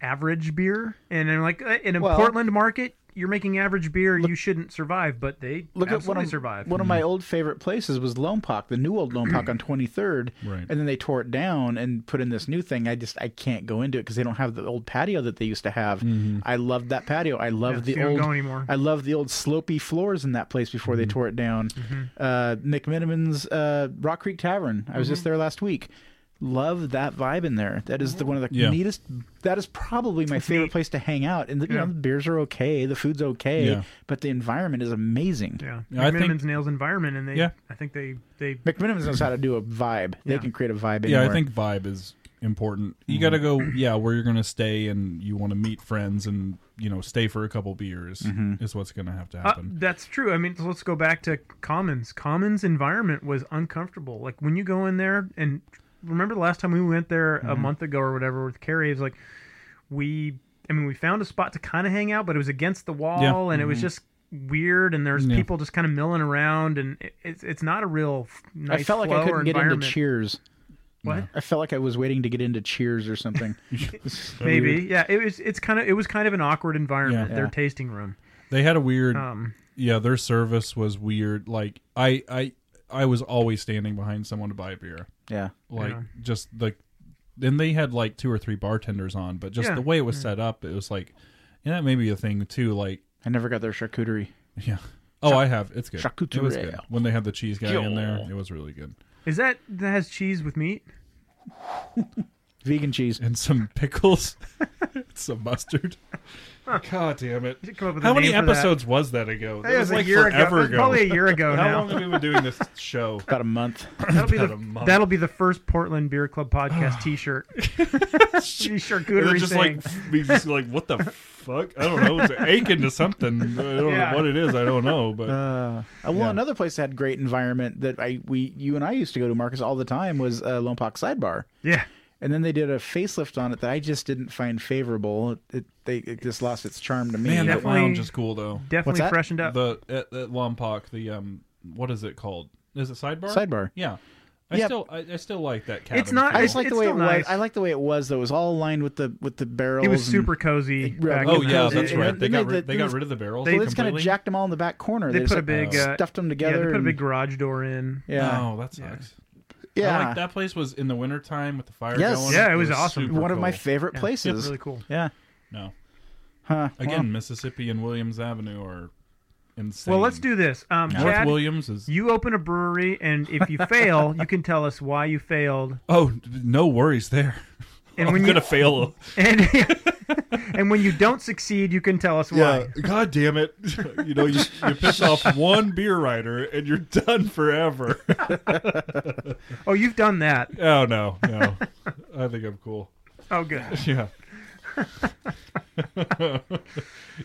F: average beer, and in like uh, in a
A: Well-
F: Portland market, you're making average beer. you shouldn't survive, but they
A: Look at one
F: absolutely
A: of,
F: survive.
A: one of
G: Mm-hmm.
A: my old favorite places was Lompoc, the new old Lompoc on 23rd.
G: Right.
A: And then they tore it down and put in this new thing. I just I can't go into it because they don't have the old patio that they used to have.
G: Mm-hmm.
A: I loved that patio. I
F: Yeah,
A: love
F: so
A: the
F: you don't
A: old
F: go anymore.
A: I love the old slopey floors in that place before
G: Mm-hmm.
A: they
F: Mm-hmm. Mm-hmm.
A: tore it down. Uh, McMiniman's uh, Rock Creek Tavern. I was just there last week. love that vibe in there. That is the one of the
G: Yeah.
A: neatest. That is probably my favorite
F: neat.
A: place to hang out. And the, you
F: Yeah.
A: know, the beers are okay, the food's okay,
G: Yeah.
A: but the environment is amazing.
F: Yeah,
G: Yeah, I think-
F: McMiniman's nails environment, and they.
G: Yeah.
F: I think they they.
A: McMinimans knows how to do a vibe. They
F: Yeah.
A: can create a vibe.
G: Yeah, I
A: anywhere.
G: think vibe is important.
A: Mm-hmm.
G: You got to go, yeah, where you're going to stay and you want to meet friends and, you know, stay for a couple beers
A: Mm-hmm.
G: is what's going to have to
F: Uh,
G: happen.
F: that's true. I mean, so let's go back to Commons. Commons environment was uncomfortable. Like when you go in there, and remember the last time we went there
G: Mm-hmm.
F: a month ago or whatever with Carrie, it was like we. I mean, we found a spot to kind of hang out, but it was against the wall,
G: Yeah. Mm-hmm.
F: and it was just weird. And there's
G: Yeah.
F: people just kind of milling around, and it, it's it's not a real f- nice.
A: I felt like
F: flow
A: I
F: or
A: couldn't get into
F: environment.
A: Cheers.
F: What?
A: I felt like I was waiting to get into Cheers or something.
F: Maybe. Yeah. It was. It's kind of. It was kind of an awkward environment.
A: Yeah.
F: Their
A: Yeah.
F: tasting room.
G: They had a weird,
F: Um.
G: yeah, their service was weird. Like, I, I, I was always standing behind someone to buy a beer.
A: yeah.
G: Like, just like, then they had like two or three bartenders on, but just
F: Yeah.
G: the way it was set up, it was like, yeah, that may be a thing too. Like,
A: I never got their charcuterie.
G: yeah. Oh, I have. It's good. It was
A: charcuterie.
G: good. When they had the cheese guy in there, it was really good.
F: Is that that has cheese with meat?
A: Vegan cheese.
G: and some pickles, some mustard. God damn it!
F: should come up with a
G: How many
F: name for that.
G: episodes was that ago? That
F: It was a year ago.
G: forever
F: It was Probably a year ago
G: How
F: now.
G: long have we been doing this show?
A: About a month.
F: That'll be
G: About a
F: the
G: month.
F: that'll be the first Portland Beer Club podcast T-shirt.
G: And
F: charcuterie
G: it's just
F: thing.
G: like we just like what the fuck? I don't know. It's aching to something. I don't
F: Yeah.
G: know what it is. I don't know. But
A: Uh, well, another place that had great environment that I we you and I used to go to Marcus all the time was uh, Lone Park Sidebar,
F: yeah,
A: and then they did a facelift on it that I just didn't find favorable. It they it just lost its charm to me.
G: man, that
F: Definitely-
G: lounge is cool though.
A: What's
F: definitely
A: that?
F: freshened up.
G: The at, at Lompoc, the um, what is it called? Is it sidebar?
A: Sidebar.
G: Yeah. I
A: Yeah.
G: still I, I still like that cabin.
F: not-
G: feel.
A: I just like the
F: It's
A: way it
F: still nice.
A: was. I like the way it was though. It was all aligned with the with the barrels.
F: it was
A: and-
F: super cozy. back
G: Oh
F: in the-
G: yeah,
A: Because
G: that's
A: it-
G: right.
A: it-
G: They
A: it
G: got
A: made
G: rid,
A: the-
G: they
A: it
G: got
A: was-
G: rid of the barrels.
A: They just kind of
G: completely?
A: jacked them all in the back corner.
F: They
A: just,
F: put a
A: like,
F: big uh,
A: stuffed them
F: yeah.
A: together.
F: They put a
A: and-
F: big garage door in.
A: yeah.
G: Oh, that sucks.
A: yeah.
G: I like that place was in the wintertime with the fire
A: Yes.
G: going.
F: Yeah, it was awesome.
G: super
A: One of my
G: cool.
A: favorite
F: Yeah,
A: places.
F: It's really cool.
A: Yeah.
G: No.
A: Huh.
G: Again, Mississippi and Williams Avenue are insane.
F: Well, let's do this. Um,
G: North
F: Chad,
G: Williams is
F: you open a brewery, and if you fail, you can tell us why you failed.
G: Oh, no worries there.
F: And
G: I'm
F: when
G: going to
F: you
G: fail.
F: and, and when you don't succeed, you can tell us why.
G: God damn it. you know, you, you piss off one beer writer and you're done forever.
F: Oh, you've done that.
G: oh no. No. I think I'm cool.
F: Oh, good.
G: Yeah.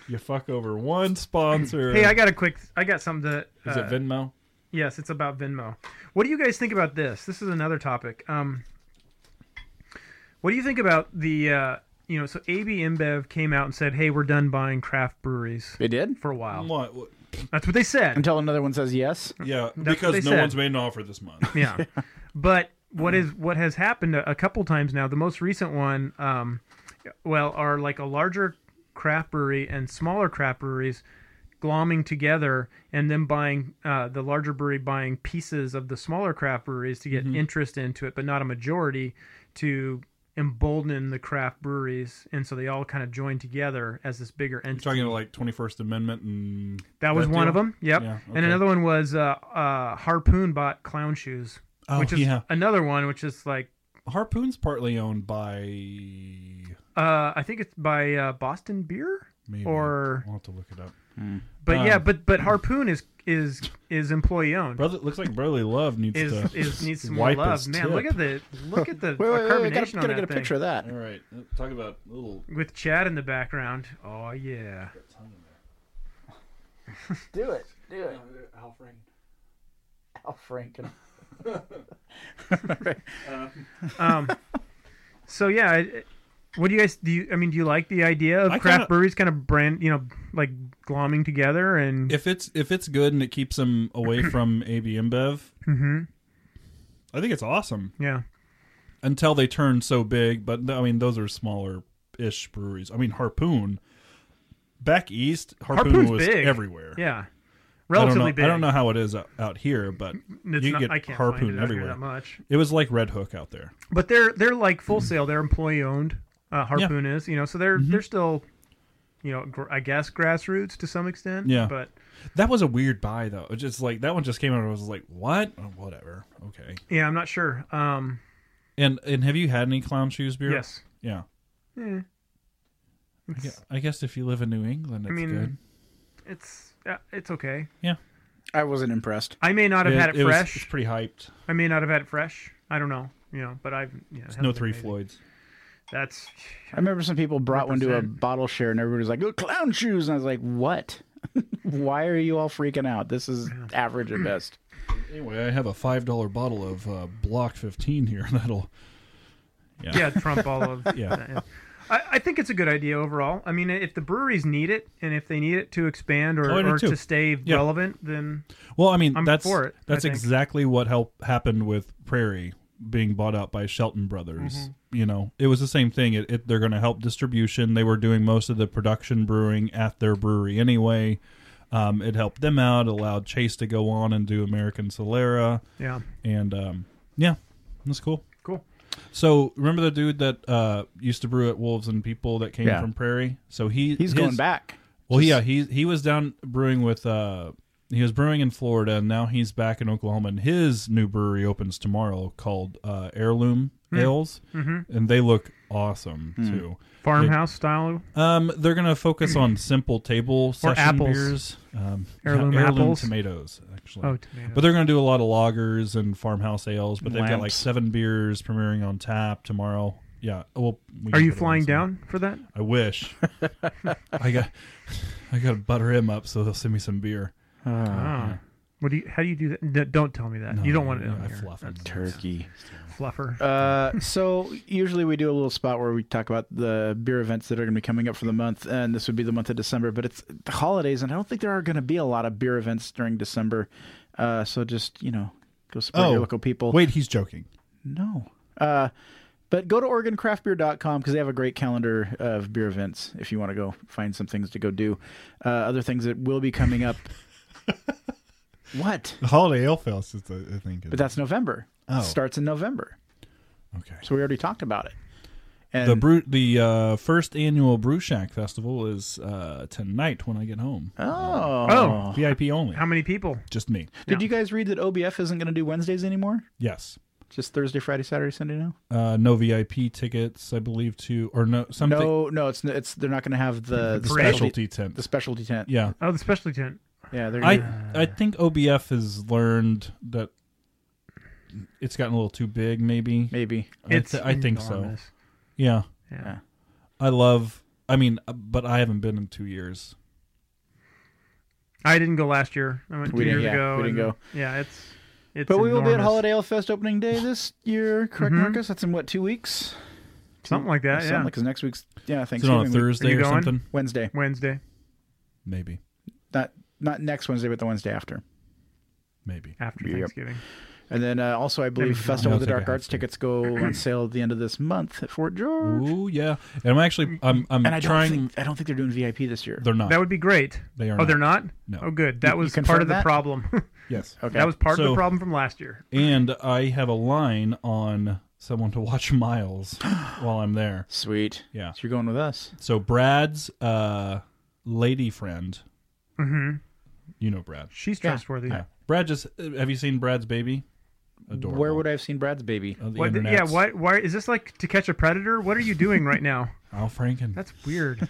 G: you fuck over one sponsor.
F: Hey, I got a quick. I got something to.
G: Is
F: uh,
G: it Venmo?
F: Yes, it's about Venmo. What do you guys think about this? This is another topic. Um, what do you think about the uh, you know? So AB InBev came out and said, "Hey, we're done buying craft breweries
A: It did
F: for a while."
G: What? what-
F: That's what they said.
A: until another one says yes.
G: Yeah,
F: what
G: because
F: they
G: no
F: said.
G: one's made an offer this month.
F: Yeah, but what is what has happened a, a couple times now? The most recent one, um, well, are like a larger craft brewery and smaller craft breweries glomming together and then buying uh, the larger brewery buying pieces of the smaller craft breweries to get interest into it, but not a majority to embolden the craft breweries, and so they all kind of join together as this bigger entity.
G: talking about like 21st Amendment and
F: that was
G: that
F: one
G: deal?
F: of them. Yep,
G: Yeah,
F: and
G: okay.
F: another one was uh, uh, Harpoon bought Clown Shoes.
G: Oh,
F: which is
G: yeah.
F: another one, which is like
G: Harpoon's partly owned by
F: Uh, I think it's by uh, Boston Beer,
G: maybe
F: or
G: I'll have to look it up.
F: but yeah,
G: um,
F: but but Harpoon is is is employee owned.
G: Brother looks like Brotherly Love needs
F: Is
G: to
F: is needs some more
G: wipe
F: love,
G: his
F: man.
G: tip.
F: Look at the look at the
A: Wait, wait, wait. We
F: carbonation
A: gotta,
F: on
A: gotta
F: that
A: get a
F: thing.
A: picture of that.
G: All right, talk about little
F: with Chad in the background. Oh yeah,
A: Do it. Do it.
G: Al Franken.
A: Al Franken.
F: so yeah. I- What do you guys do? You, I mean, do you like the idea of
G: I
F: craft
G: kinda-
F: breweries kind of brand, you know, like glomming together and
G: If it's if it's good and it keeps them away from AB InBev, mm-hmm. I think it's awesome.
F: yeah,
G: until they turn so big. But I mean, those are smaller ish breweries. I mean, Harpoon back east, Harpoon
F: Harpoon's
G: was
F: big.
G: everywhere.
F: yeah,
G: I don't,
F: relatively
G: know,
F: big.
G: I don't know how it is out, out here, but
F: It's
G: you
F: not,
G: get
F: I can't
G: Harpoon
F: find it out here
G: everywhere.
F: that much.
G: It was like Red Hook out there.
F: but they're they're like
G: Mm-hmm.
F: full sale. They're employee owned. Uh, Harpoon is, you know, so they're they're still, you know, gr- I guess grassroots to some extent.
G: Yeah.
F: But
G: That was a weird buy though. It just like that one just came out. and I was like, what? Oh, whatever. Okay.
F: yeah, I'm not sure. Um,
G: And and have you had any clown shoes beer?
F: Yes.
G: Yeah.
F: Eh,
G: I gue- I guess if you live in New England, it's
F: mean,
G: good.
F: it's uh, it's okay.
A: I wasn't impressed.
F: I may not have had it,
G: was-
F: fresh.
G: it's pretty hyped.
F: I may not have had it fresh. I don't know. You know, but I've yeah. it hasn't
G: No
F: been
G: three
F: made.
G: Floyds.
F: That's
A: I remember some people brought one to a
F: 100%.
A: bottle share, and everybody was like, "Oh, clown shoes!" And I was like, "What? Why are you all freaking out? This is average at best."
G: Anyway, I have a five dollar bottle of uh, Block Fifteen here. That'll
F: yeah. Trump all of
G: Yeah.
F: that, yeah. I, I think it's a good idea overall. I mean, if the breweries need it and if they need it to expand or,
G: Oh, I do
F: or
G: too.
F: to stay
G: Yeah.
F: relevant, then
G: Well, I mean,
F: I'm
G: that's
F: for it, I
G: that's
F: think.
G: exactly what help happened with Prairie being bought out by Shelton Brothers.
F: Mm-hmm.
G: You know, it was the same thing. It, it they're going to help distribution. They were doing most of the production brewing at their brewery anyway. Um, it helped them out. Allowed Chase to go on and do American Solera,
F: yeah,
G: and um, yeah, that's cool.
F: cool.
G: So remember the dude that uh, used to brew at Wolves and People that came
A: Yeah.
G: from Prairie. So he
A: He's
G: his-
A: going back.
G: well, yeah, he he was down brewing with uh he was brewing in Florida, and now he's back in Oklahoma, and his new brewery opens tomorrow called uh, Heirloom Ales, and they look awesome too.
F: Farmhouse style.
G: Um, they're gonna focus on simple table session
F: apples.
G: beers, um,
F: Heirloom apples.
G: tomatoes actually.
F: Oh, tomatoes.
G: But they're gonna do a lot of lagers and farmhouse ales. But they've got like
A: Lamps.
G: seven beers premiering on tap tomorrow. Yeah. uh, Well, we
F: Are
G: can
F: you
G: put it on
F: flying
G: soon. Uh,
F: down for that?
G: I wish. I got I got to butter him up so he'll send me some beer.
F: Ah. What do you? How do you do that? D- don't tell me that. you don't want it on
G: I
F: here.
G: fluff him.
A: Turkey.
F: Fluffer.
A: Uh, so usually we do a little spot where we talk about the beer events that are going to be coming up for the month, and this would be the month of December. But it's the holidays, and I don't think there are going to be a lot of beer events during December. Uh, so just you know, go support your local people.
G: Oh. Wait, he's joking.
A: No. Uh, but go to OregonCraftBeer.com because they have a great calendar of beer events if you want to go find some things to go do. Uh, other things that will be coming up. what?
G: The Holiday Ale Fest is the I think.
A: But that's November.
G: Oh.
A: Starts in November.
G: okay.
A: So we already talked about it. And
G: The brew, the uh, first annual Brew Shack Festival is uh, tonight when I get home.
A: oh.
F: Oh.
G: VIP only.
F: how many people?
G: Just me.
A: Did
F: Yeah.
A: you guys read that OBF isn't going to do Wednesdays anymore?
G: Yes.
A: Just Thursday, Friday, Saturday, Sunday now?
G: Uh, no VIP tickets, I believe, to or no something
A: No, no, it's it's they're not going to have the, the
F: Parade.
G: specialty tent.
A: the specialty tent.
G: yeah.
F: Oh, the specialty tent.
A: yeah they're
G: I
A: gonna-
G: I think OBF has learned that it's gotten a little too big, maybe.
A: maybe.
G: I
F: It's.
G: th- I, think so.
F: enormous.
G: Yeah,
F: Yeah.
G: I love. I mean, uh, but I haven't been in two years.
F: I didn't go last year. I went two
A: We didn't-
F: years
A: yeah,
F: ago.
A: we didn't
F: and-
A: go.
F: Yeah, it's. It's
A: But we will be at
F: enormous.
A: Holiday Ale Fest opening day this year, correct, Marcus? That's in what two weeks?
F: Something like that.
A: Something
F: Yeah.
A: because next week's yeah
G: Is it on
A: Thanksgiving
G: a
A: week-
G: Thursday or
F: going?
G: something?
A: Wednesday,
F: Wednesday
G: Maybe,
A: not not next Wednesday, but the Wednesday after.
G: maybe.
F: after
A: Yep.
F: Thanksgiving.
A: And then uh, also, I believe
F: Maybe
A: Festival of
G: not.
A: the
G: No, it's
A: Dark
G: like a
A: Arts
G: half day.
A: tickets go on sale at the end of this month at Fort George.
G: Ooh, yeah. And I'm actually, I'm, I'm
A: And I don't
G: trying.
A: think I don't think they're doing VIP this year.
G: They're not.
F: That would be great.
G: They are
F: Oh,
G: not.
F: they're not.
G: No.
F: Oh, good. That was part
A: confirmed
F: of the
A: that?
F: problem.
G: yes.
A: okay.
F: That was part of
G: So-
F: the problem from last year.
G: And I have a line on someone to watch Miles while I'm there.
A: sweet.
G: Yeah.
A: so you're going with us.
G: So Brad's uh, lady friend. Mm-hmm. You know Brad.
F: She's
A: Yeah.
F: trustworthy.
G: Yeah. Brad just. uh, Have you seen Brad's baby? Adorable.
A: Where would I have seen Brad's baby?
G: On the
F: What,
G: internets.
F: yeah. Why? Why is this like to catch a predator? What are you doing right now?
G: Al Franken. Um,
F: That's weird.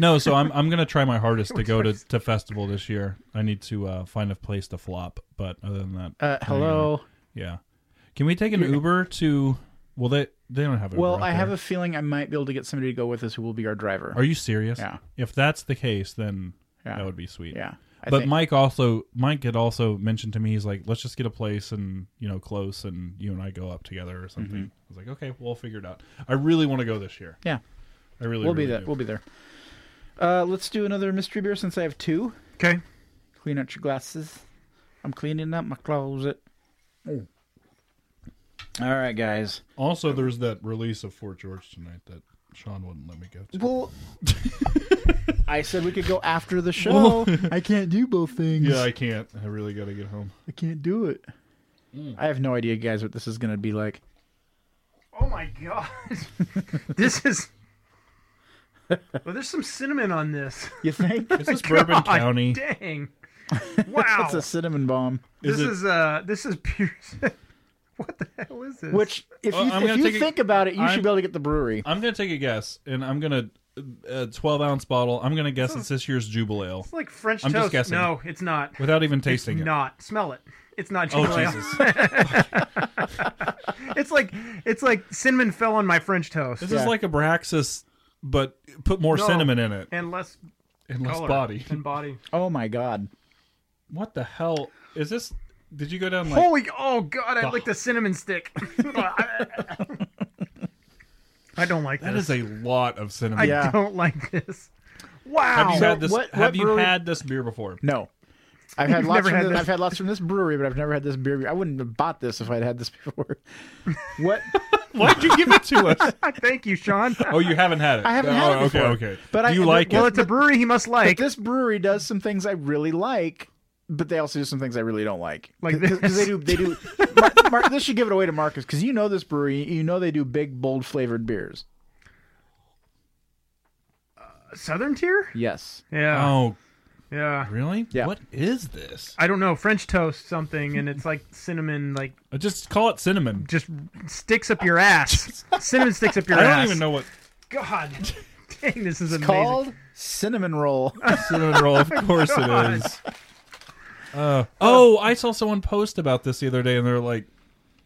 G: No, so I'm I'm gonna try my hardest to go to, to festival this year. I need to uh, find a place to flop, but other than that,
A: Uh, hello.
G: yeah. Can we take an Uber to? Well, they they don't have. Uber
A: Well,
G: out
A: I
G: there.
A: have a feeling I might be able to get somebody to go with us who will be our driver.
G: Are you serious?
A: Yeah.
G: If that's the case, then
A: Yeah.
G: that would be sweet.
A: yeah, I
G: but
A: think.
G: Mike also Mike had also mentioned to me he's like, let's just get a place and you know close and you and I go up together or something. I was like, okay, we'll figure it out. I really want to go this year.
A: yeah,
G: I really
A: we'll be
G: really
A: there.
G: do.
A: We'll be there. Uh, let's do another mystery beer since I have two.
F: Okay.
A: Clean out your glasses. I'm cleaning up my closet. All right, guys.
G: Also, there's that release of Fort George tonight that Sean wouldn't let me go to.
A: Well, I said we could go after the show. I can't do both things.
G: Yeah, I can't. I really got to get home.
A: I can't do it. I have no idea, guys, what this is going to be like.
F: Oh my god. this is. Well, there's some cinnamon on this.
A: You think?
G: This is Bourbon County.
F: Dang. Wow.
A: That's a cinnamon bomb.
F: this
G: it-
F: is uh. This is pure. What the hell is this?
A: Which, if
G: Well,
A: you,
G: I'm
A: if
G: gonna
A: you
G: take a-
A: think about it, you
G: I'm-
A: should be able to get the brewery.
G: I'm gonna take a guess, and I'm gonna uh, a 12 ounce bottle. I'm gonna guess it's this year's Jubile Ale
F: It's like French
G: I'm just
F: toast.
G: guessing.
F: No, it's not.
G: without even
F: It's
G: tasting it.
F: not. Smell it. It's not
G: Oh
F: Jubile Ale.
G: Jesus!
F: It's like it's like cinnamon fell on my French toast
G: This
A: Yeah.
G: is like a Braxis, but put more
F: No.
G: cinnamon in it
F: and less
G: and less
F: color
G: body.
F: and body.
A: Oh my god!
G: What the hell is this? Did you go down like?
F: Holy! Oh God! I licked a cinnamon stick. I don't like
G: That
F: this.
G: is a lot of
F: I
G: cinnamon.
A: Yeah.
F: don't like this. Wow!
G: Have you
A: So
G: had this?
A: what-
G: have
A: what
G: you
A: brewery-
G: had this beer before?
A: No, I've had lots.
F: never
A: From
F: had
A: this,
F: this?
A: I've had lots from this brewery, but I've never had this beer. I wouldn't have bought this if I'd had this before. what?
G: Why'd you give it to us?
F: Thank you, Sean.
G: Oh, you haven't had it.
A: I haven't
G: oh,
A: had it
G: Okay,
A: before.
G: okay.
A: But I-
G: you like
F: well,
G: it?
F: it's a brewery he must like.
A: But this brewery does some things I really like, but they also do some things I really don't like.
F: Like
A: Cause, 'cause they do they do. Mar- Mar- this should give it away to Marcus because you know this brewery. You know they do big, bold flavored beers.
F: Southern tier?
A: Yes.
F: Yeah,
G: Oh,
F: yeah.
G: really?
A: Yeah.
G: What is this?
F: I don't know French toast something, and it's like cinnamon, like
G: Uh, Just call it cinnamon.
F: just sticks up your ass. cinnamon sticks up your
G: I
F: ass.
G: don't even know what
F: God, dang, this is amazing.
A: Called cinnamon roll.
G: cinnamon roll. Of course
F: God.
G: it is. Uh, oh, I saw someone post about this the other day, and they're like,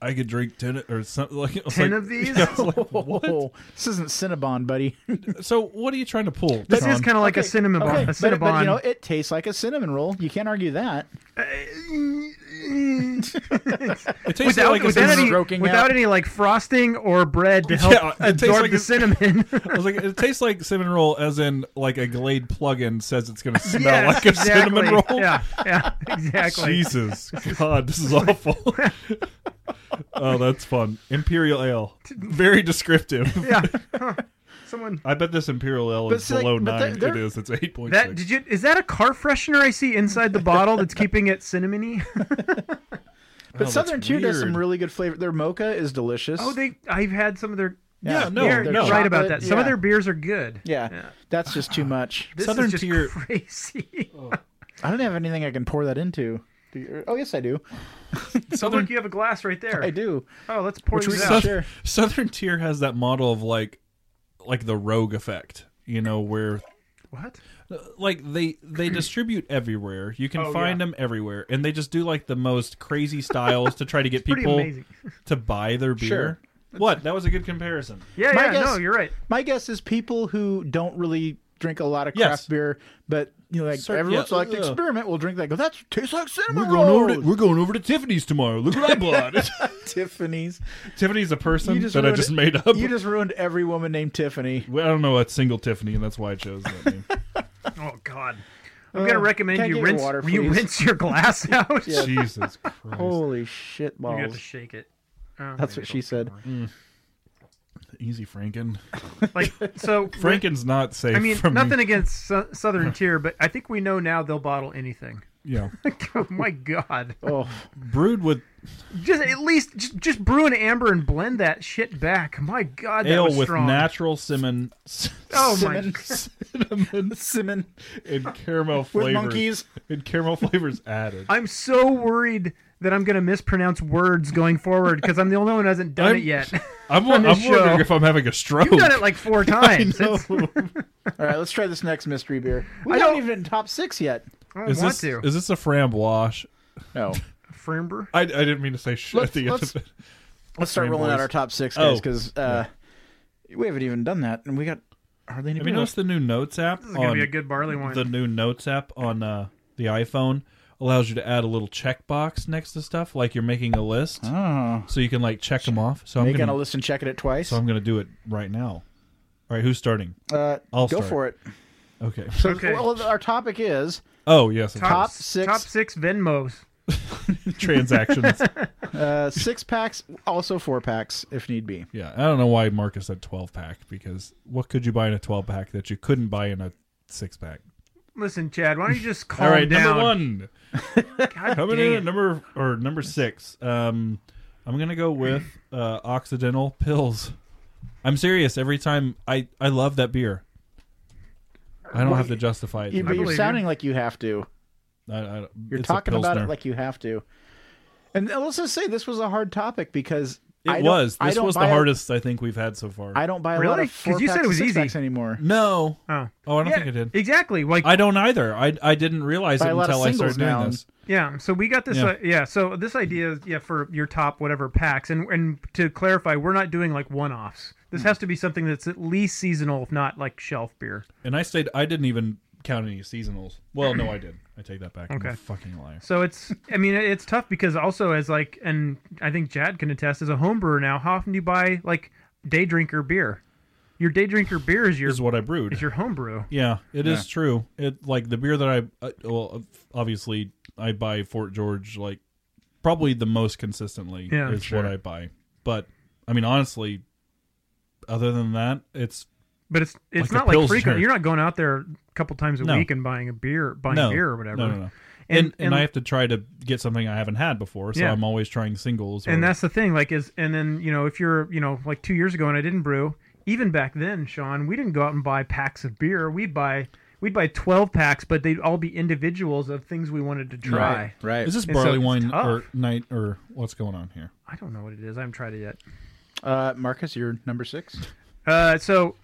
G: "I could drink ten or something." Like, I was
F: 10
G: like-
F: of these?
G: Yeah, I was like, what?
A: Whoa, this isn't Cinnabon, buddy.
G: So, what are you trying to pull?
F: This is
G: Tom?
F: kind of like a cinnamon bun.
A: Okay,
F: A
A: but-
F: cinnabon.
A: But, you know, it tastes like a cinnamon roll. You can't argue that.
G: It tastes
F: without
G: like a
F: without,
G: cinnamon-
A: stroking
F: any, without
A: out.
F: any like frosting or bread to help
G: Yeah, it tastes
F: absorb
G: like
F: the
G: a-
F: cinnamon.
G: I was like, it tastes like cinnamon roll, as in like a Glade plug-in says it's going to smell
F: Yes,
G: like a cinnamon
F: exactly.
G: roll.
F: Yeah, yeah, exactly.
G: Jesus, God, this is awful. oh, that's fun. Imperial ale, very descriptive.
F: Yeah. Huh. Someone
G: I bet this imperial ale
A: But
G: is
A: see, like,
G: below
A: but
G: nine.
A: they're-
G: it is. It's eight point
F: that
G: six.
F: did you? Is that a car freshener I see inside the bottle that's keeping it cinnamony?
A: But Southern Tier does some
G: Oh, weird.
A: really good flavor. Their mocha is delicious.
F: Oh, they. I've had some of their.
G: Yeah, no,
F: You're
G: no.
F: right about that.
A: Chocolate,
F: Some of
A: yeah.
F: their beers are good.
A: Yeah, that's just too much.
F: This
G: Southern
F: is just
G: Tier-
F: crazy.
A: I don't have anything I can pour that into. Do you- Oh yes, I do.
F: Look, you have a glass right there.
A: I do.
F: Oh, let's pour
A: Which we
F: these
A: saw-
F: out.
A: Sure.
G: Southern Tier has that model of like, like the rogue effect. You know where,
F: What?
G: like they they distribute everywhere. You can
F: Oh,
G: find
F: yeah.
G: them everywhere, and they just do like the most crazy styles to try to get
F: Pretty
G: people
F: amazing.
G: to buy their beer. What? That was a good comparison.
F: Yeah,
A: My
F: yeah.
A: guess-
F: no, you're right.
A: My guess is people who don't really drink a lot of craft
G: Yes.
A: beer, but you know, like
G: Cer-
A: every
G: yeah,
A: once in a while, like to
G: ugh.
A: experiment, will drink that. Go, that tastes like cinnamon
G: We're going over to
A: rolls."
G: we're going over to Tiffany's tomorrow. Look what I bought.
A: Tiffany's.
G: Tiffany's a person
A: You just
G: that I
A: ruined
G: just
A: it.
G: made up.
A: You just ruined every woman named Tiffany.
G: Well, I don't know a single Tiffany, and that's why I chose that name.
F: Oh God. I'm gonna recommend
A: Uh, can I
F: you
A: get your
F: rinse.
A: water,
F: you
A: please?
F: rinse your glass out.
G: Jesus Christ!
F: Oh.
A: Holy shit
F: You have
A: balls!
F: to shake it. Oh,
A: That's
F: maybe
A: what she said.
G: Easy, Franken.
F: it'll- Like so,
G: Franken's not safe.
F: I mean,
G: from
F: nothing against Sou- Southern Tier, but I think we know now they'll bottle anything.
G: Yeah,
F: oh my God!
A: Oh,
G: brewed with
F: Just at least just, just brew an amber and blend that shit back. My God, that
G: ale
F: was
G: with
F: strong.
G: natural cinnamon,
F: oh
A: cinnamon,
G: cinnamon
A: cinnamon
G: and caramel
A: with
G: flavors.
A: monkeys.
G: and caramel flavors added.
F: my! I'm so worried that I'm gonna mispronounce words going forward because I'm the only one who hasn't done
G: I'm-
F: it yet.
G: I'm,
F: on
G: I'm,
F: this show.
G: wondering if I'm having a stroke.
F: You've done it like four times.
G: No.
F: It's-
A: All right, let's try this next mystery beer. We
F: I
A: haven't
F: don't-
A: even in top six yet.
F: I don't
G: Is
F: want
G: this
F: to.
G: is this a framboise?
A: No,
F: Framber?
G: I, I didn't mean to say shit
A: Let's-
G: at the end
A: let's-
G: of it.
A: let's start rolling out our top six
G: Oh.
A: guys because uh, we haven't even done that, and we got hardly any.
G: Have you
A: beer left.
G: noticed the new Notes app?
F: This is gonna be a good barley wine.
G: The new Notes app on uh, the iPhone allows you to add a little checkbox next to stuff, like you're making a list,
A: Oh,
G: so you can like check them off. So I'm
A: making
G: gonna
A: a list and checking it twice.
G: so I'm gonna do it right now. All right, who's starting?
A: uh,
G: I'll
A: go
G: start.
A: for it.
G: Okay.
A: So,
F: Okay.
A: well, our topic is
G: Oh yes, of
A: Top
F: s-
A: six.
F: Top six Venmos.
G: course. transactions.
A: uh, six packs, also four packs if need be.
G: yeah, I don't know why Marcus said 12 pack because what could you buy in a 12 pack that you couldn't buy in a six pack?
F: Listen, Chad, why don't you just calm
G: All right,
F: down?
G: Um, number one.
F: God
G: Coming
F: dang
G: in
F: it.
G: at number or number six. Um, I'm gonna go with uh, Occidental Pills. I'm serious. Every time I I love that beer. I don't have to justify it.
A: You,
G: to
A: but
G: you.
A: you're
F: believe
A: sounding like you have to.
G: I- I don't-
A: You're
G: it's a
A: talking about
G: Pilsner.
A: it like you have to. And let's just say this was a hard topic because
G: It
A: I don't-
G: was.
A: I
G: This
A: don't
G: was the
A: buy a-
G: hardest I think we've had so far.
A: I don't buy a lot
F: Really?
A: of
F: 'Cause
A: four
F: you said
A: packs
F: it was
A: and six
F: easy.
A: packs anymore.
G: no.
F: Oh,
G: Oh, I don't
F: Yeah,
G: think I did.
F: Exactly. Like
G: I don't either. I I didn't realize
A: Buy
G: it
A: a lot of
G: until I
A: singles
G: started doing
A: now.
G: this.
F: Yeah, so we got this.
G: Yeah.
F: Yeah. Uh, yeah, so this idea, is yeah, for your top whatever packs, and and to clarify, we're not doing like one offs. This
G: Hmm.
F: has to be something that's at least seasonal, if not like shelf beer.
G: And I stayed. I didn't even count any seasonals. Well, no, I did. I take that back. I'm a
F: Okay.
G: fucking liar.
F: So it's, I mean, it's tough because also as like, and I think Jad can attest as a home brewer now. How often do you buy like day drinker beer? Your day drinker beer is your
G: Is what I brewed.
F: is your home brew.
G: Yeah, it is true. It like the beer that I uh, well, obviously I buy Fort George like probably the most consistently
F: Yeah,
G: is
F: sure.
G: what I buy. But I mean, honestly, other than that, it's
F: But it's it's
G: Like a
F: not like
G: Pilsner.
F: frequent. You're not going out there a couple times a
G: No.
F: week and buying a beer, buying
G: no
F: beer or whatever.
G: No, no, no. And,
F: And-
G: and,
F: and-
G: I have to try to get something I haven't had before, so
F: Yeah.
G: I'm always trying singles. Or,
F: and that's the thing like is and then you know if you're you know like two years ago and i didn't brew even back then sean we didn't go out and buy packs of beer we'd buy we'd buy 12 packs but they'd all be individuals of things we wanted to try
A: Right. Right.
G: is this
F: and so
G: barley
F: it's
G: wine
F: tough.
G: or night or what's going on here?
F: i don't know what it is i haven't tried it yet
A: uh, Marcus, you're number six.
F: uh, so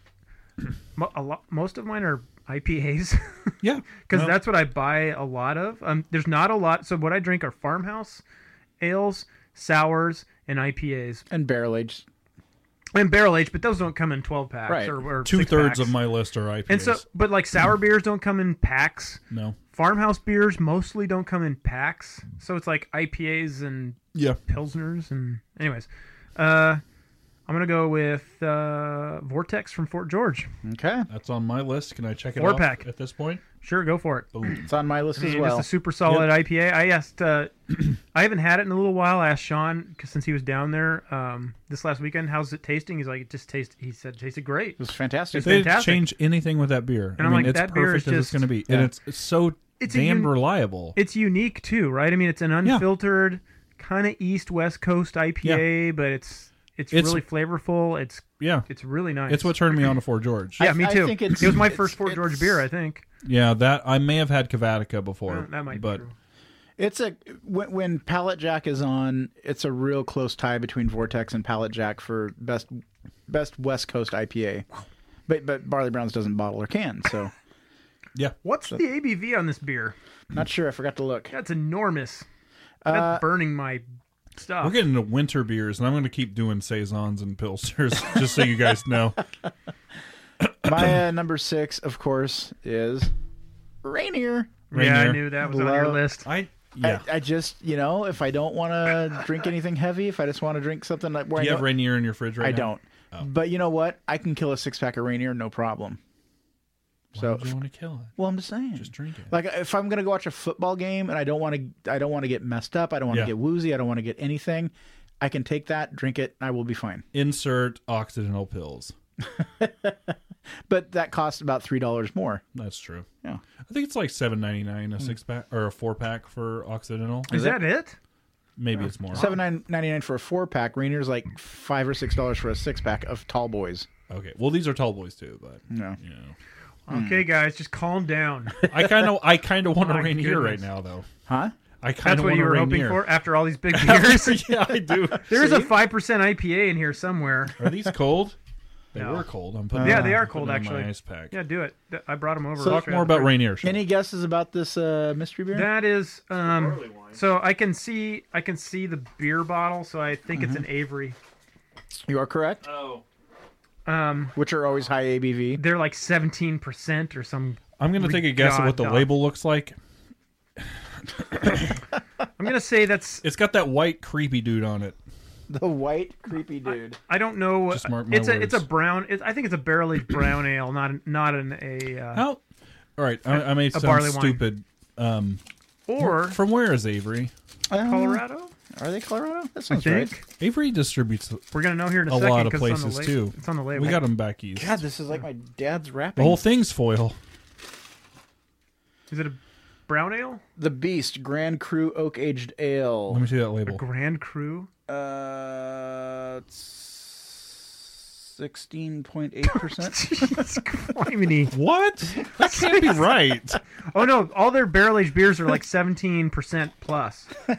F: mo- a lot, most of mine are ipas
G: Yeah,
F: because
G: no.
F: that's what I buy a lot of. Um, there's not a lot. So what I drink are farmhouse ales, sours, and IPAs,
A: And barrel aged.
F: and barrel aged. But those don't come in twelve packs
A: Right.
F: or, or
G: two
F: six-packs.
G: thirds of my list are IPAs.
F: And so, but like sour beers don't come in packs.
G: no,
F: Farmhouse beers mostly don't come in packs. So it's like IPAs and
G: yeah,
F: pilsners and anyways. Uh, I'm gonna go with uh, Vortex from Fort George.
A: Okay.
G: that's on my list. Can I check it
F: Four
G: off
F: pack.
G: at this point?
F: Sure, go for it.
A: It's on my list as
F: It's
A: well.
F: a super solid IPA. I asked. Uh, I haven't had it in a little while. I asked Sean 'cause since he was down there um, this last weekend, how's it tasting? He's like, it just tastes. He said, it tasted great.
A: It was fantastic.
F: It's
G: They didn't
F: fantastic.
G: change anything with that beer.
F: And
G: I
F: I'm
G: mean,
F: like,
G: it's
F: that beer
G: perfect
F: is
G: as it's
F: just-
G: going to be,
A: Yeah.
G: and it's, it's so
F: It's a
G: damn
F: uni-
G: reliable.
F: it's unique too, right? I mean, it's an unfiltered kind of East West Coast IPA, but it's, it's
G: It's-
F: really flavorful. It's
G: yeah,
F: it's really nice.
G: it's what turned me on to Fort George.
F: yeah,
A: I-
F: me
A: I
F: too.
A: think
F: it
A: it's-
F: was my
A: it's-
F: first Fort George
A: it's-
F: beer, I think.
G: yeah, that I may have had Cavatica before.
F: that might
G: but
F: be true.
A: It's a when, when Pallet Jack is on, it's a real close tie between Vortex and Pallet Jack for best best West Coast IPA. But but Barley Browns doesn't bottle or can, so
G: yeah,
F: What's the ABV on this beer?
A: not sure. I forgot to look.
F: That's enormous. That's
A: Uh,
F: burning my stuff.
G: we're getting into winter beers, and I'm going to keep doing saisons and pilsners, just so you guys know.
A: My uh, number six, of course, is Rainier.
G: Right
F: yeah, I
G: there.
F: knew that was on your
A: Love-
F: list.
G: I yeah.
A: I, I just you know if I don't want to drink anything heavy, if I just want to drink something like where
G: Do you
A: I
G: have
A: know-
G: Rainier in your fridge right
A: I
G: now?
A: don't. But you know what? I can kill a six pack of Rainier, no problem.
G: So
A: So
G: you want to kill it?
A: well, I'm just saying.
G: Just drink it.
A: Like if I'm gonna go watch a football game and I don't want to, I don't want to get messed up. I don't want to
G: Yeah.
A: get woozy. I don't want to get anything. I can take that, drink it, and I will be fine.
G: Insert occidental pills.
A: But that costs about three dollars more.
G: That's true.
A: Yeah.
G: I think it's like seven ninety nine
F: Hmm.
G: a six pack or a four pack for occidental.
F: Is that it?
G: Maybe it's more.
A: Seven nine ninety nine for a four pack. Rainier's like five or six dollars for a six pack of Tall Boys.
G: Okay. Well, these are tall boys too, but
A: No.
G: you know.
F: Okay, guys, just calm down.
G: Hmm. I kind of, I kind of want a
F: My
G: Rainier right
F: goodness.
G: now, though.
A: Huh?
G: I
F: That's
G: kind of
F: what
G: want
F: you
G: a
F: were hoping
G: Rainier.
F: for after all these big beers.
G: yeah, I do.
F: There's a five percent IPA in here somewhere.
G: Are these cold? They
F: No.
G: were cold. I'm putting.
F: Yeah, they are
G: I'm
F: cold,
G: putting them in
F: actually.
G: My ice pack.
F: Yeah, do it. Th- I brought them over.
A: So-
F: I'll
G: Talk
F: show you
G: more
F: the
G: about
F: beer.
G: Rainier. Sean.
A: Any guesses about this uh, mystery beer?
F: That is um, so I can see I can see the beer bottle, so I think
G: Mm-hmm.
F: it's an Avery.
A: you are correct.
G: Oh.
F: Um,
A: Which are always high ABV.
F: they're like seventeen percent or some.
G: I'm gonna take a guess at
F: God,
G: what the
F: dog.
G: label looks like.
F: I'm gonna say that's
G: It's got that white creepy dude on it.
A: The white creepy dude.
F: I don't know.
G: Just mark my
F: it's a it's a
G: words.
F: brown. It, I think it's a barrel aged brown ale, not an, not an a uh,
G: How? All right, I, I may sound
F: barley wine.
G: stupid. Um,
F: or
G: from where is Avery?
A: Uh,
F: Colorado.
A: Are they Colorado? That
F: I
A: sounds
F: think
A: right.
G: Avery distributes
F: we're gonna know here in a,
G: a
F: second
G: lot of
F: 'cause it's on
G: places
F: the
G: too.
F: label. It's on the label.
G: We got them back east.
A: God, this is like my dad's
G: the
A: wrapping.
G: whole thing's foil.
F: Is it a brown ale?
A: The Beast Grand Cru Oak Aged Ale.
G: Let me see that label.
F: Grand Cru.
A: Uh, sixteen point eight percent.
F: Jeez, criminy.
G: What? That can't be right.
F: Oh no, all their barrel aged beers are like seventeen percent plus. I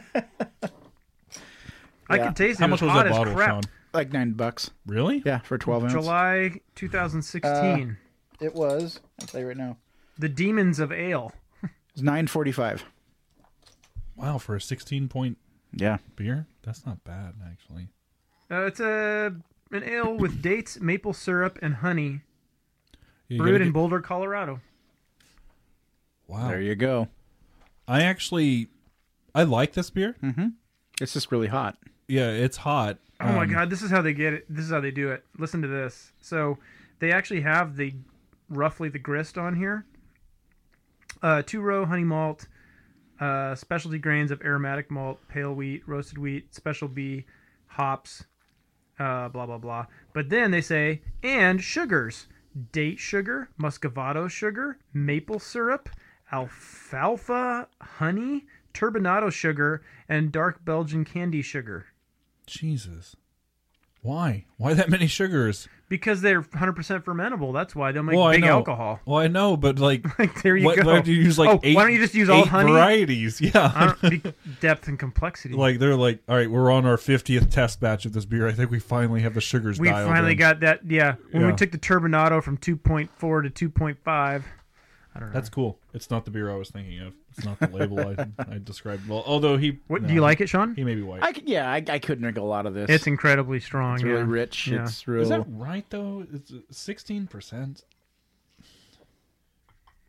A: Yeah.
F: could taste it.
G: How
F: it
G: much was
F: hot
G: that
F: as
G: bottle,
F: crap.
G: Sean?
A: Like nine bucks.
G: Really?
A: Yeah, for 12 ounce.
F: July 2016.
A: It was, I'll tell you right now,
F: the Demons of Ale.
A: it's 945.
G: Wow, for a 16 point
A: Yeah.
G: beer, that's not bad actually.
F: Uh, it's a an ale with dates, maple syrup, and honey,
G: You gotta
F: brewed in
G: get-
F: Boulder, Colorado.
G: wow.
A: There you go.
G: I actually, I like this beer.
A: It's just really hot.
G: Yeah, it's hot.
F: Oh my god, this is how they get it. This is how they do it. Listen to this. So they actually have the roughly the grist on here. Uh, two row honey malt, uh, specialty grains of aromatic malt, pale wheat, roasted wheat, special B, hops, uh, blah blah blah. But then they say and sugars: date sugar, muscovado sugar, maple syrup, alfalfa honey, turbinado sugar, and dark Belgian candy sugar.
G: Jesus. Why? Why that many sugars?
F: Because they're 100% fermentable. That's why they'll make
G: well,
F: big
G: I know.
F: alcohol.
G: Well, I know, but like,
F: Like, there you
G: what,
F: go.
G: why do you use like
F: Oh,
G: eight?
F: why don't you just use all
G: eight
F: honey?
G: varieties? Yeah.
F: I don't- be- depth and complexity.
G: like they're like, all right, we're on our fiftieth test batch of this beer. I think we finally have the sugars.
F: we
G: dialed
F: finally
G: in.
F: got that. Yeah. When we
G: Yeah.
F: took the Turbinado from 2.4 to 2.5.
G: That's cool. It's not the beer I was thinking of. It's not the label I, I described. Well, although he,
F: What
G: no,
F: Do you like it, Sean?
G: He may be white.
A: I, c- yeah, I, I could drink a lot of this.
F: It's incredibly strong.
A: It's really
F: yeah.
A: rich.
F: Yeah.
A: It's real.
G: Is that right though? It's uh, sixteen percent.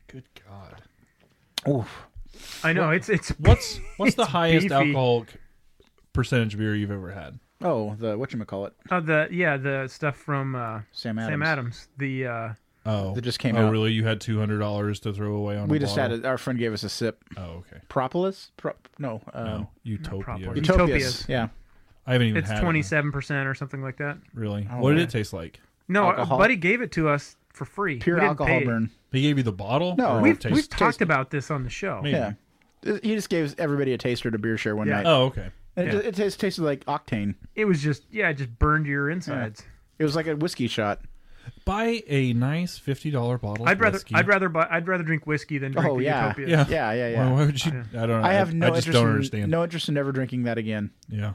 G: Good God.
A: Oof.
F: I know. It's it's
G: What's what's the
F: It's
G: highest
F: beefy.
G: alcohol c- percentage beer you've ever had?
A: Oh, the whatchamacallit,
F: uh, the yeah the stuff from uh,
A: Sam Adams.
F: Sam Adams. The uh,
G: Oh,
A: That just came
G: Oh,
A: out.
G: really? You had two hundred dollars to throw away on?
A: We
G: a
A: just had it.
G: bottle?
A: Our friend gave us a sip.
G: Oh, okay.
A: Propolis? Pro, no. Um,
G: No,
F: proper.
G: Utopia.
F: Uto-
A: Utopias.
F: Utopias.
A: Yeah.
G: I haven't even
F: it's
G: had it.
F: 27% or something like that.
G: Really? what did
A: man.
G: it taste like?
F: No, a
A: Alcohol.
F: buddy gave it to us for free.
A: Pure
F: We didn't
A: alcohol
F: pay.
A: burn.
G: He gave you the bottle?
A: No,
G: Or it
F: We've,
G: tastes-
F: we've talked
A: tasted-
F: about this on the show.
G: Maybe.
A: Yeah. He just gave everybody a taster to beer share one
F: Yeah.
A: night.
G: Oh, okay.
A: And it, it tastes, tasted like octane.
F: It was just yeah, it just burned your insides.
A: It was like a whiskey shot.
G: Buy a nice fifty dollar bottle.
F: I'd
G: of
F: rather
G: whiskey.
F: I'd rather buy I'd rather drink whiskey than drink
A: Oh,
F: the
A: yeah.
F: Utopia.
G: Yeah.
A: Yeah, yeah, yeah.
G: Why, why would you? I don't. know.
A: I have no
G: I just
A: interest.
G: don't
A: in,
G: understand.
A: No interest in ever drinking that again
G: Yeah.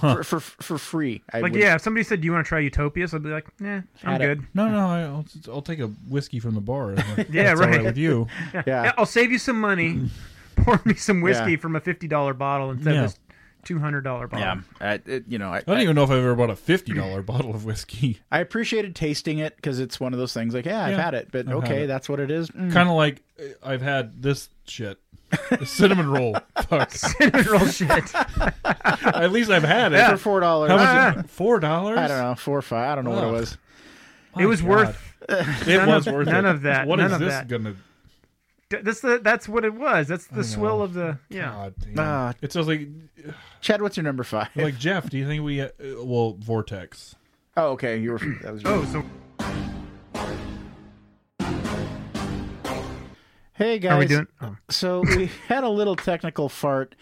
A: for, for for free. I
F: Like
A: would-
F: yeah, if somebody said, "Do you want to try Utopias?" I'd be like, "Nah, I'm
A: Had it.
F: good.
G: No, no. I, I'll, I'll take a whiskey from the bar.
F: Yeah,
G: That's all
F: right.
G: with you.
A: yeah.
F: Yeah, I'll save you some money. Pour me some whiskey
A: Yeah.
F: from a fifty dollar bottle instead
G: Yeah.
F: of this two hundred dollar bottle."
A: Yeah, I, it, you know, I,
G: I don't
A: I,
G: even know if I've ever bought a fifty dollar bottle of whiskey.
A: I appreciated tasting it because it's one of those things like, yeah, I've
G: Yeah,
A: had it, but
G: I've had
A: okay,
G: it.
A: that's what it is. Mm.
G: Kind of like uh, I've had this shit, the cinnamon roll. Fuck.
F: Cinnamon roll shit.
G: At least I've had it.
A: For four dollars,
G: How
A: I
F: Ah.
G: much? Four dollars?
A: don't know, four or five. I don't know what it
G: Ugh.
A: was.
F: it was worth
G: It
F: none
G: was
F: of-
G: worth
F: none
G: it.
F: of that,
G: What is
F: none of
G: this
F: that.
G: gonna?
F: that's the that's what it was. That's the swill
G: know.
F: of the yeah.
G: God damn.
A: Ah.
G: It sounds like
A: Chad, what's your number five?
G: like Jeff. Do you think we? Uh, uh, well, vortex.
A: oh, okay, you were. That was
F: Oh, so
A: Hey guys,
F: how are we doing? Oh.
A: so we had a little technical fart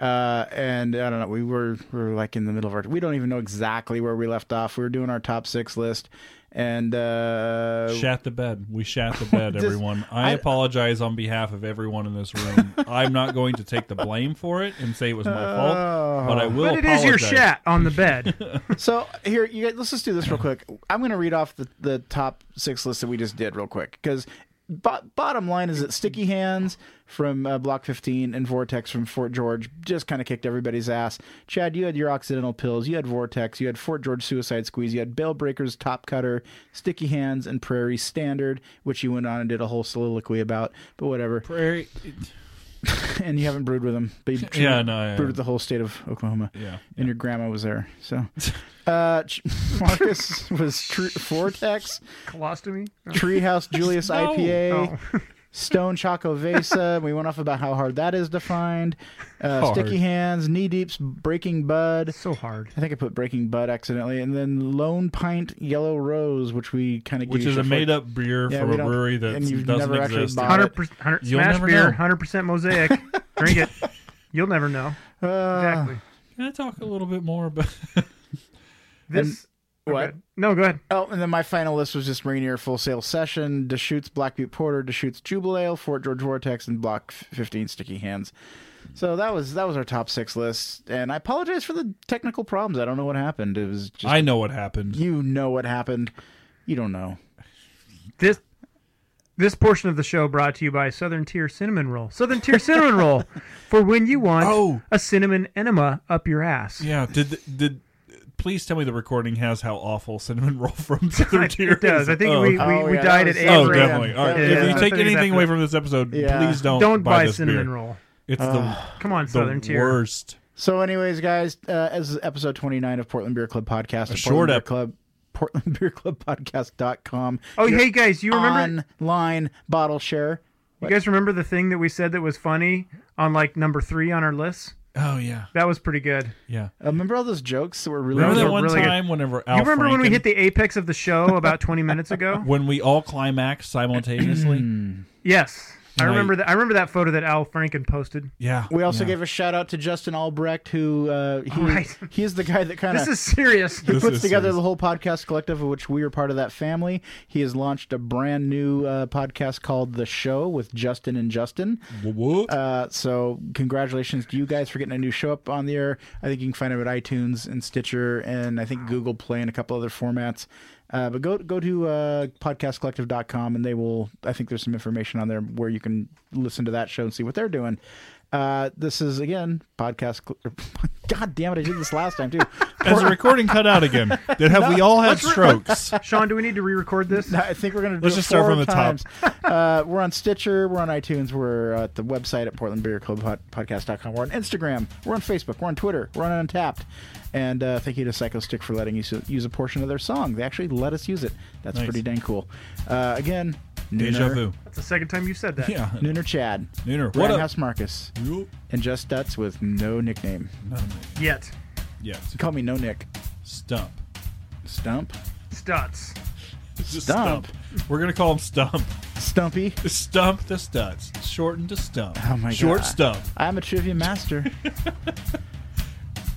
A: uh and i don't know we were we were like in the middle of our we don't even know exactly where we left off we were doing our top six list and
F: Oh.
A: uh
G: Shat the bed. We shat the bed,
A: Just-
G: everyone.
A: I-
G: I, apologize on behalf of everyone in this room. I'm not going to take the blame for it and say it was my fault, but I will.
F: Oh. But it is your
G: apologize.
F: shat on the bed.
A: so here you guys, let's just do this real quick i'm gonna read off the, the top six list that we just did real quick because bottom line is that sticky hands from uh, block 15 and vortex from fort george just kind of kicked everybody's ass chad you had your occidental pills you had vortex you had fort george suicide squeeze you had bail breakers top cutter sticky hands and prairie standard which you went on and did a whole soliloquy about but whatever
G: Prairie.
A: and you haven't brewed with them but you
G: Yeah, no, I
A: brewed with the whole state of oklahoma
G: Yeah.
A: and your grandma was there. So, uh, Ch- Marcus was tr- Vortex,
F: Colostomy. Oh.
A: Treehouse Julius
G: No.
A: IPA,
F: Oh.
A: Stone Choco Vesa. we went off about how hard that is to find. Uh,
G: Hard.
A: Sticky Hands, Knee Deep's Breaking Bud.
F: So hard.
A: I think I put Breaking Bud accidentally, and then Lone Pint Yellow Rose, which we kind of
G: Which is a made up beer
A: Yeah,
G: from
A: we
G: a
A: don't-
G: brewery that
A: and you've
G: doesn't
A: never actually
G: exist.
A: bought
F: Hundred percent.
G: You'll
F: Smash
G: never
F: beer.
G: know.
F: Hundred percent mosaic. Drink it. You'll never know.
A: Uh,
F: Exactly.
G: Can I talk a little bit more about?
F: This oh,
A: what?
F: good. No, go ahead.
A: Oh, and then my final list was just Rainier Full Sail Session, Deschutes Black Butte Porter, Deschutes Jubilee Ale, Fort George Vortex, and Block 15 Sticky Hands. So that was that was our top six list, and I apologize for the technical problems. I don't know what happened. It was just
G: I know what happened.
A: you know what happened. You don't know.
F: This this portion of the show brought to you by Southern Tier Cinnamon Roll. Southern Tier Cinnamon Roll for when you want
G: Oh.
F: a cinnamon enema up your ass.
G: Yeah. Did did please tell me the recording has how awful cinnamon roll from third tier.
F: It does.
G: is.
F: I think
G: oh,
F: we, we,
G: okay.
A: Oh,
F: we
A: yeah,
F: died
A: that was-
F: at eight.
G: Oh,
A: Yeah.
G: definitely. All right.
A: Yeah.
G: if
A: Yeah.
G: you take
F: Something's
G: anything away
F: after-
G: from this episode,
A: Yeah.
G: please don't
F: Don't buy
G: this
F: cinnamon
G: beer.
F: roll.
G: It's
F: Come on,
G: the,
F: Southern
G: the
F: Tier.
G: worst.
A: So, anyways, guys, uh, as is episode 29 of Portland Beer Club podcast, the Portland
G: short
A: Beer
G: ep-
A: Club, Portland Beer Club podcast.com.
F: Oh, hey guys, you remember
A: online bottle share.
F: you guys remember the thing that we said that was funny on like number three on our list?
G: Oh yeah,
F: That was pretty good.
G: yeah.
A: Uh, remember all those jokes that were really
G: Remember that
F: were
G: one
F: really good.
G: time whenever Al
F: you remember when we
G: Franken-
F: hit the apex of the show about 20 minutes ago?
G: when we all climaxed
F: Mm.
G: simultaneously?
F: Yes. I
G: Right.
F: remember that. I remember that photo that Al Franken posted.
G: yeah.
A: We also
G: yeah.
A: gave a shout out to Justin Albrecht, who uh, he,
F: Right.
A: he is the guy that kind of
F: This is serious.
G: This
A: puts
G: is
A: together
G: serious.
A: the whole podcast collective, of which we are part of that family. He has launched a brand new uh, podcast called The Show with Justin and Justin.
G: What?
A: Uh, so congratulations to you guys for getting a new show up on the air. I think you can find it at iTunes and Stitcher and I think Google Play and a couple other formats. Uh, but go go to uh, podcastcollective.com and they will. I think there's some information on there where you can listen to that show and see what they're doing. Uh, this is again podcast. Cl- God damn it! I did this last time too.
G: As the recording cut out again, did have we all had strokes?
F: Sean, do we need to re-record this?
A: I think we're gonna. Do
G: Let's
A: it
G: just start
A: four
G: from the top.
A: times. uh, we're on Stitcher. We're on iTunes. We're at the website at PortlandBeerClubPodcast.com. We're on Instagram. We're on Facebook. We're on Twitter. We're on Untapped. And uh, thank you to Psycho Stick for letting us use a portion of their song. They actually let us use it. That's
G: Nice.
A: pretty dang cool. Uh, again, Nooner,
G: Deja vu.
F: That's the second time you said that.
G: Yeah.
A: Nooner Chad,
G: Nooner. What up?
A: House Marcus,
G: You?
A: and Just Dutz with no nickname.
F: Yet.
G: Yes.
A: Call me No Nick.
G: Stump.
A: Stump,
F: Stuts.
G: Just
A: Stump.
G: We're gonna call him Stump.
A: Stumpy.
G: Stump the Studs. Shortened to Stump.
A: Oh my
G: Short
A: God.
G: Stump.
A: I'm a trivia master.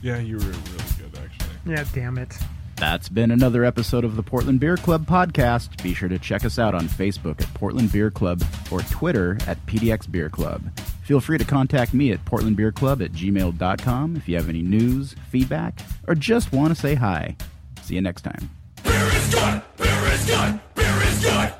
G: Yeah, you were really good actually.
F: Yeah, damn it.
A: That's been another episode of the Portland Beer Club podcast. Be sure to check us out on Facebook at Portland Beer Club or Twitter at PDX Beer Club. Feel free to contact me at portlandbeerclub at gmail.com if you have any news, feedback, or just want to say hi. See you next time.
H: Beer is good. Beer is good. Beer is good.